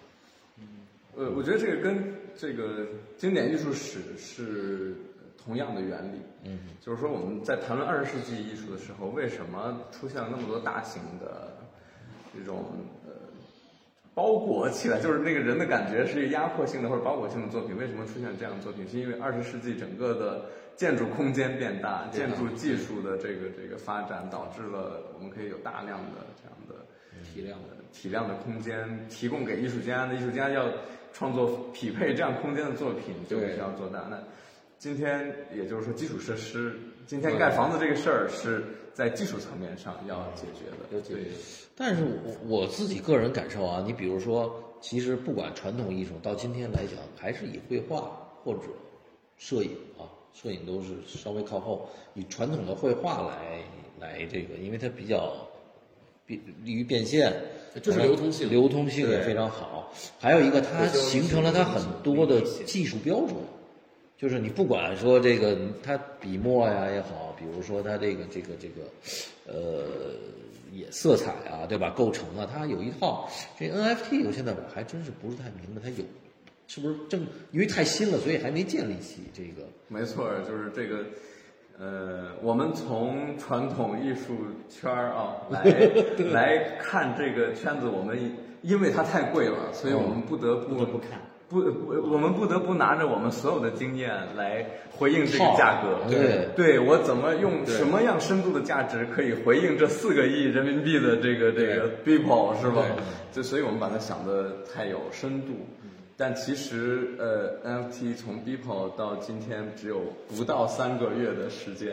S3: 呃，我觉得这个跟这个经典艺术史是同样的原理。嗯，就是说我们在谈论二十世纪艺术的时候，为什么出现了那么多大型的这种呃包裹起来，就是那个人的感觉是一个压迫性的或者包裹性的作品？为什么出现这样的作品？是因为二十世纪整个的建筑空间变大，嗯建筑技术的这个这个发展，导致了我们可以有大量的这样的体量的体量的空间提供给艺术家，那艺术家要创作匹配这样空间的作品，就必须要做大。那今天也就是说，基础设施，今天盖房子这个事儿是在技术层面上要解决的，
S2: 要解决
S3: 对
S1: 但是我我自己个人感受啊，你比如说，其实不管传统艺术到今天来讲，还是以绘画或者摄影啊，摄影都是稍微靠后，以传统的绘画来来这个，因为它比较便利于变现，
S2: 就是流通性
S1: 流通性也
S2: 对
S1: 非常好。还有一个，它形成了它很多的技术标准，就是你不管说这个他笔墨呀也好，比如说他这个这个这个，呃，也色彩啊，对吧？构成啊，它有一套这 NFT，我现在我还真是不是太明白它有。是不是正因为太新了，所以还没建立起这个？
S3: 没错，就是这个，呃，我们从传统艺术圈儿啊来来看这个圈子，我们因为它太贵了，所以我们不得不
S4: 不得不看。
S3: 不，我我们不得不拿着我们所有的经验来回应这个价格。
S1: 对
S3: 对我怎么用什么样深度的价值可以回应这四个亿人民币的这个这个 people 是吧？就所以我们把它想的太有深度，但其实呃，NFT 从 people 到今天只有不到三个月的时
S1: <laughs>
S3: 间，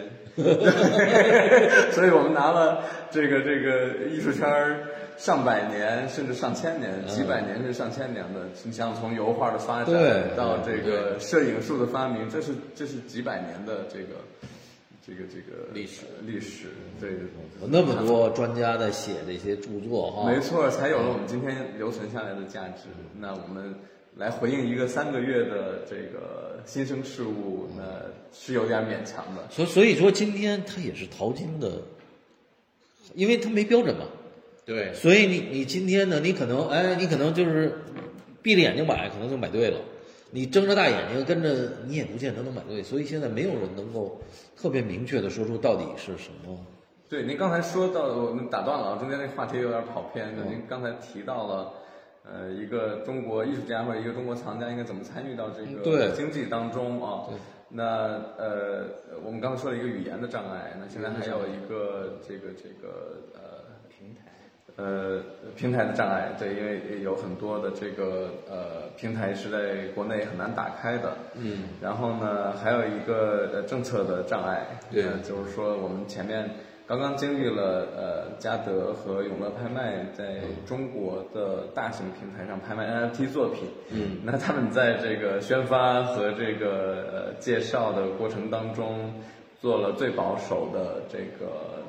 S3: 所以我们拿了这个这个艺术圈儿上百年甚至上千年、几百年甚至上千年的，你想从油画的发展
S1: 对
S3: 到这个摄影术的发明，这是这是几百年的这个这个这个
S1: 历史
S3: 呃历史对。
S1: 有那么多专家在写这些著作哈，
S3: 没错，才有了我们今天留存下来的价值。那我们来回应一个三个月的这个新生事物，那是有点勉强的。
S1: 所所以说今天它也是淘金的，因为它没标准嘛，
S2: 对，
S1: 所以你你今天呢，你可能哎，你可能就是闭着眼睛买，可能就买对了。你睁着大眼睛跟着，你也不见得能买对，所以现在没有人能够特别明确的说出到底是什么。
S3: 对，您刚才说到，我们打断了，中间那话题有点跑偏了。您刚才提到了，呃，一个中国艺术家或者一个中国藏家应该怎么参与到这
S1: 嗯
S3: 个
S1: 对
S3: 经济当中啊？那呃，我们刚才说了一个语言的障碍，那现在还有一个这个这个呃
S4: 平台，
S3: 呃，平台的障碍，对，因为有很多的这个呃平台是在国内很难打开的，嗯，然后呢，还有一个呃政策的障碍，
S2: 对
S3: 呃就是说我们前面刚刚经历了呃嘉德和永乐拍卖在中国的大型平台上拍卖 NFT 作品，嗯，那他们在这个宣发和这个呃介绍的过程当中，做了最保守的这个呃。呃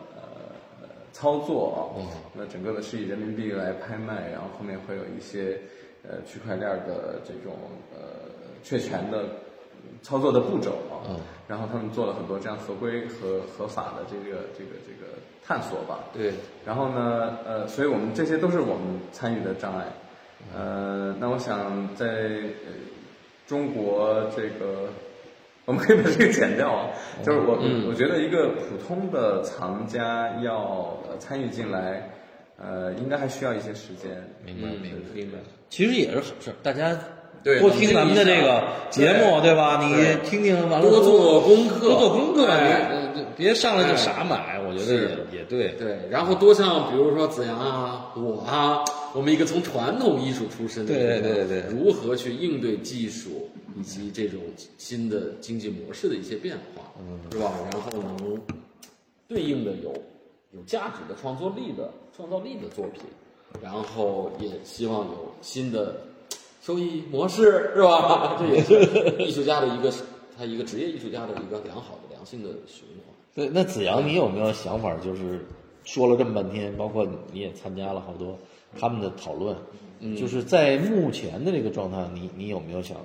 S3: 操作啊，那整个的是以人民币来拍卖，然后后面会有一些呃区块链的这种呃确权的嗯操作的步骤啊，然后他们做了很多这样合规和合法的这个这个这个探索吧，
S2: 对，
S3: 然后呢，呃，所以我们这些都是我们参与的障碍。呃，那我想在呃中国这个，我们可以把这个剪掉
S1: 哦
S3: 啊。就是我、
S1: 嗯
S3: 我觉得一个普通的藏家要呃参与进来，呃，应该还需要一些时间。嗯
S1: 明白，明白。
S2: 嗯明白。
S1: 其实也是好事儿，大家
S2: 对
S1: 多听咱们的这个节目，对吧？你
S2: 对
S1: 听听完了
S2: 多做功课，
S1: 多做功课，
S2: 哎
S1: 别别别上来就傻买，我觉得
S2: 是
S1: 也也对。
S2: 对，然后多像比如说子阳啊，我啊，我们一个从传统艺术出身的
S1: 对
S2: 人，啊
S1: 对对
S2: 如何去应对技术以及这种新的经济模式的一些变化，
S1: 嗯
S2: 是吧？然后能对应的有有价值的创作力的创造力的作品，然后也希望有新的收益模式，是吧？ <laughs> 这也是艺术家的一个他一个职业艺术家的一个良好的良性的循环。
S1: 对，那子阳，你有没有想法？就是说了这么半天，包括你也参加了好多他们的讨论，就是在目前的这个状态，你你有没有想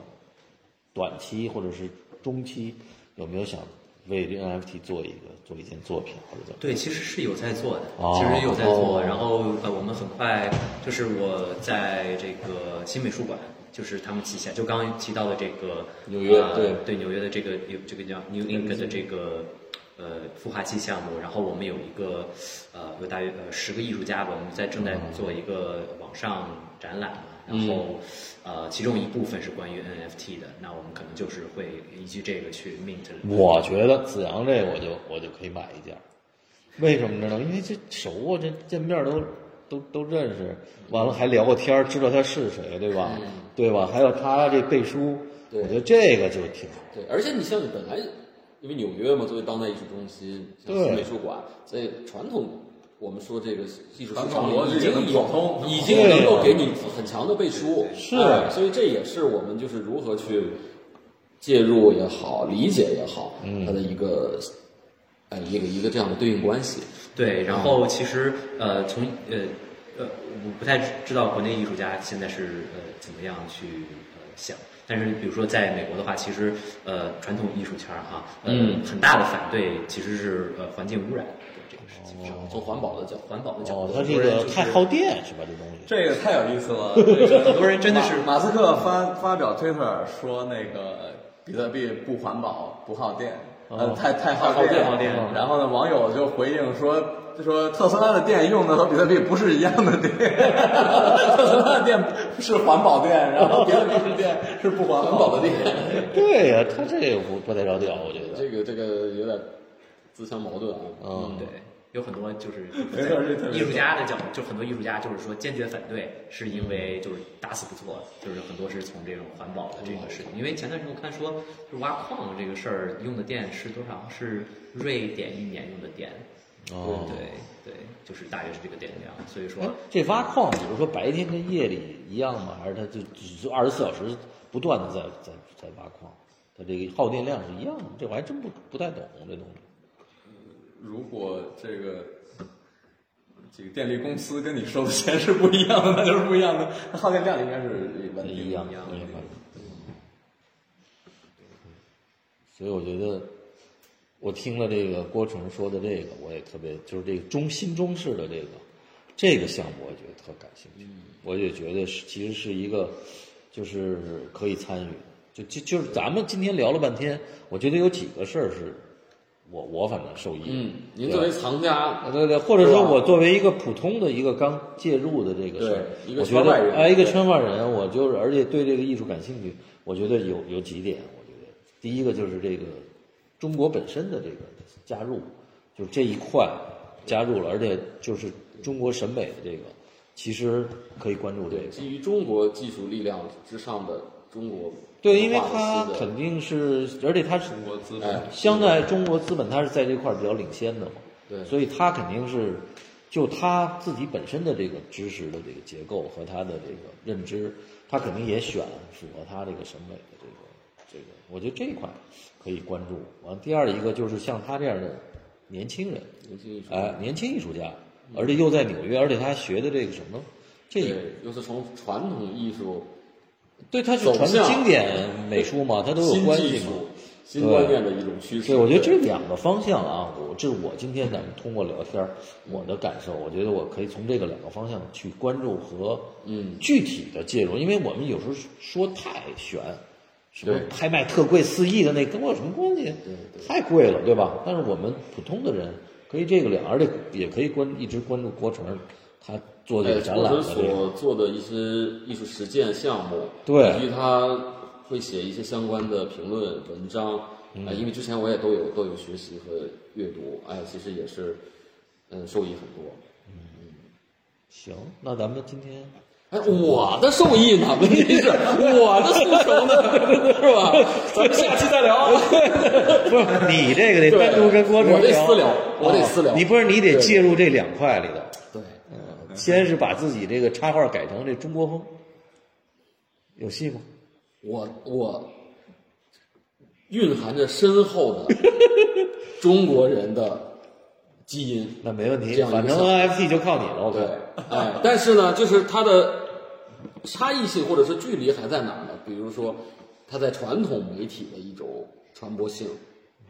S1: 短期或者是中期有没有想为这 NFT 做一个做一件作品或者怎么？
S4: 对，其实是有在做的，
S1: 哦
S4: 其实有在做。
S1: 哦
S4: 然后呃，我们很快就是我在这个新美术馆，就是他们旗下，就刚刚提到的这个
S2: 纽约
S4: 呃
S2: 对
S4: 对纽约的这个有这个叫 New Ink 的这个呃孵化器项目，然后我们有一个呃有大约呃十个艺术家吧，我们在正在做一个网上展览嘛，然后呃其中一部分是关于 NFT 的，那我们可能就是会依据这个去 mint
S1: 我觉得子阳这我就我就可以买一件儿，为什么呢？因为这熟啊，这见面儿都都都认识，完了还聊过天儿，知道他是谁，对吧？对吧？还有他这背书，
S2: 对
S1: 我觉得这个就挺好。
S2: 对，而且你像你本来因为纽约嘛，作为当代艺术中心，像
S1: 对
S2: 新美术馆，在传统我们说这个艺术市
S3: 传
S2: 场
S3: 统
S2: 里
S3: 逻辑
S2: 已经
S3: 很普
S2: 有
S3: 通
S2: 已经能够给你很强的背书，
S1: 是啊
S2: 哎所以这也是我们就是如何去介入也好，理解也好，
S1: 嗯
S2: 它的一个。哎，一个一个这样的对应关系，
S4: 对，然后其实呃，从呃呃，我不太知道国内艺术家现在是呃怎么样去呃像。但是，比如说在美国的话，其实呃，传统艺术圈儿哈，呃
S2: 嗯
S4: 很大的反对其实是呃环境污染的这个事情上，
S2: 从环保的角度，
S4: 环保的角
S1: 哦
S4: 度，，
S1: 它
S4: 很
S1: 这
S4: 多人
S1: 个
S4: 就是
S1: 太耗电是吧？这东西
S3: 这个太有意思
S1: <laughs>
S3: 了，
S4: 很多人真的是
S3: 马马斯克发发表推特说那个比特币不环保不耗电，
S1: 哦
S3: 呃，太太耗
S4: 耗
S3: 电
S4: 电耗电
S3: 了然后呢，网友就回应说。就说特斯拉的电用的和比特币不是一样
S1: <laughs>
S3: 的电，特斯拉的电是环保电，然后比特币的电是不环保的电。
S1: 对呀、它这个不不太着调，我觉得。
S2: 这个这个有点自相矛盾啊。
S1: 嗯，
S4: 对，有很多就是
S3: 没错这特别
S4: 艺术家的角度，就很多艺术家就是说坚决反对，是因为就是打死不做，就是很多是从这种环保的这个事情。因为前段时间我看说，就是挖矿这个事儿用的电是多少？是瑞典一年用的电。
S1: 哦
S4: 对对，就是大约是这个电量，所以说
S1: 哎，这挖矿，比如说白天跟夜里一样吗？还是它就只就二十四小时不断的在在在挖矿，它这个耗电量是一样的？这我还真不不太懂这东西。
S3: 如果这个这个电力公司跟你收的钱是不一样的，那就是不一样的，那耗电量应该是稳定的
S1: 一样
S4: 一样
S1: 对吧所以我觉得，我听了这个郭成说的这个，我也特别就是这个中新中式的这个这个项目，我觉得特感兴趣。我也觉得是其实是一个就是可以参与的。就就就是咱们今天聊了半天，我觉得有几个事儿是我我反正受益。
S2: 嗯，您作为藏家，
S1: 对对，或者说
S2: 对吧
S1: 我作为一个普通的一个刚介入的这个事儿，
S2: 对一个
S1: 我觉得
S2: 圈外人
S1: 哎，一个圈外人，我就是而且对这个艺术感兴趣，我觉得有有几点，我觉得第一个就是这个中国本身的这个加入，就是这一块加入了，而且就是中国审美的这个，其实可以关注这个。
S2: 基于中国技术力量之上的中国文化的思维，
S1: 对，因为它肯定是，而且它是
S3: 中国资
S2: 哎
S3: 本。
S1: 相对中国资本，它是在这块儿比较领先的嘛，
S2: 对
S1: 所以它肯定是就它自己本身的这个知识的这个结构和它的这个认知，它肯定也选符合它这个审美的这个这个，我觉得这一块可以关注。完，第二一个就是像他这样的年轻人，
S2: 年轻艺术，
S1: 哎，年轻艺术家，而且又在纽约，而且他学的这个什么，这一
S2: 对，又是从传统艺术
S1: 对他是
S2: 走
S1: 传
S2: 向
S1: 经典美术嘛，它都有
S2: 新
S1: 关
S2: 技
S1: 系嘛
S2: 术。、新观念的一种趋势。
S1: 对，我觉得这两个方向啊，我这是我今天咱们通过聊天儿我的感受，我觉得我可以从这个两个方向去关注和
S2: 嗯
S1: 具体的介入，因为我们有时候说太悬，什么
S2: 对
S1: 拍卖特贵四亿的那跟我有什么关系？
S2: 对
S1: 太贵了，对吧？但是我们普通的人可以这个两，而且也可以关一直关注郭成他做这
S2: 哎
S1: 个展览
S2: 我
S1: 的
S2: 们
S1: 这个。
S2: 所做的一些艺术实践项目，
S1: 对
S2: 以及他会写一些相关的评论文章，啊、
S1: 嗯
S2: 因为之前我也都有都有学习和阅读，哎，其实也是，嗯，受益很多。
S1: 行，那咱们今天
S2: 哎，我的受益呢？ <laughs> 问题是我的诉求呢， <laughs> 是吧？咱们下期再聊啊。
S1: 不是你这个得
S2: 对
S1: 单独跟郭成
S2: 我得私聊我得
S1: 啊
S2: 私聊
S1: 你不是你得
S2: 对
S1: 介入这两块里头。
S2: <laughs> 对，
S1: 先是把自己这个插画改成这中国风，有戏吗？
S2: 我我蕴含着深厚的中国人的基因。
S1: 那没问题
S2: 这，样一个
S1: 反正 NFT 就靠你了。我
S2: <laughs> 对
S1: 看，
S2: 哎，但是呢，就是它的差异性或者是距离还在哪儿呢？比如说，它在传统媒体的一种传播性，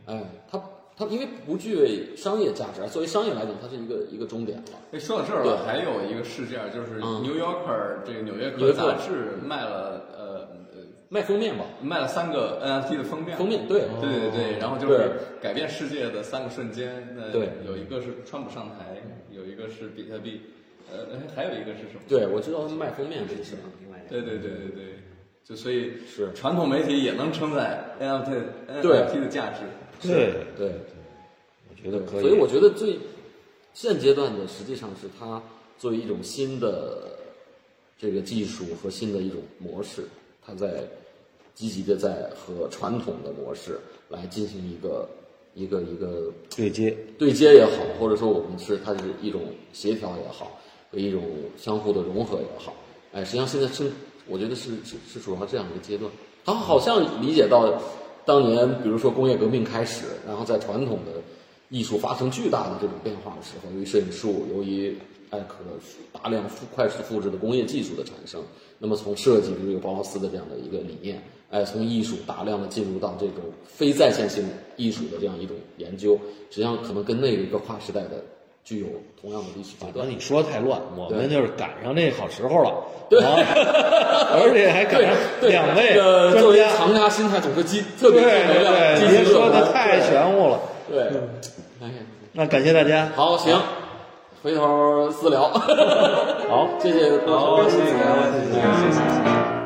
S2: 哎，它它因为不具备商业价值，作为商业来讲，它是一个一个终点了。
S3: 哎，说到这儿
S2: 对
S3: 了，还有一个事件，就是《
S2: 嗯
S3: New Yorker》这个《纽约
S2: 纽
S3: 客》
S2: 约
S3: 杂
S2: 客
S3: 志卖了呃呃
S2: 卖封面吧，
S3: 卖了三个 NFT 的封面，
S2: 封面对哦
S3: 对对对，然后就是改变世界的三个瞬间，那
S2: 对
S3: 有一个是川普上台，有一个是比特币，呃，还有一个是什么？
S2: 对我知道他们卖封面这个事儿。
S4: 另外两个
S3: 对对对对对，就所以
S2: 是
S3: 传统媒体也能承载 NFT
S2: 对
S3: NFT 的价值，
S1: 对，
S2: 对，
S1: 我觉得可
S2: 所以我觉得最现阶段的实际上是它作为一种新的这个技术和新的一种模式，它在积极的在和传统的模式来进行一个一个一个
S1: 对接，
S2: 对接也好，或者说我们是它是一种协调也好，和一种相互的融合也好，哎，实际上现在是我觉得是是是处于这样一个阶段。他好像理解到当年，比如说工业革命开始，然后在传统的艺术发生巨大的这种变化的时候，由于摄影术，由于艾可大量复快速复制的工业技术的产生。那么从设计，比如有包豪斯的这样的一个理念，哎，从艺术大量的进入到这种非在线性艺术的这样一种研究，实际上可能跟那个一个跨时代的具有同样的历史阶
S1: 那
S2: 段。
S1: 你说的太乱，我们
S2: 对
S1: 就是赶上那好时候了，对，哦
S2: <laughs>
S1: 而且还赶上
S2: 对
S1: 两位
S2: 这个
S1: 专
S2: 作为
S1: 家，
S2: 藏家心态总是积特
S1: 对
S2: 别
S1: 对
S2: 正能量，积
S1: 对，
S2: 极
S1: 您说
S2: 乐
S1: 的
S2: 观。
S1: 太嗯玄乎了。
S2: 对，哎呀，
S1: 那感谢大家，
S2: 好，行，回头私聊。 <laughs>
S1: 好
S2: 谢谢各位收听，
S3: 谢谢谢谢。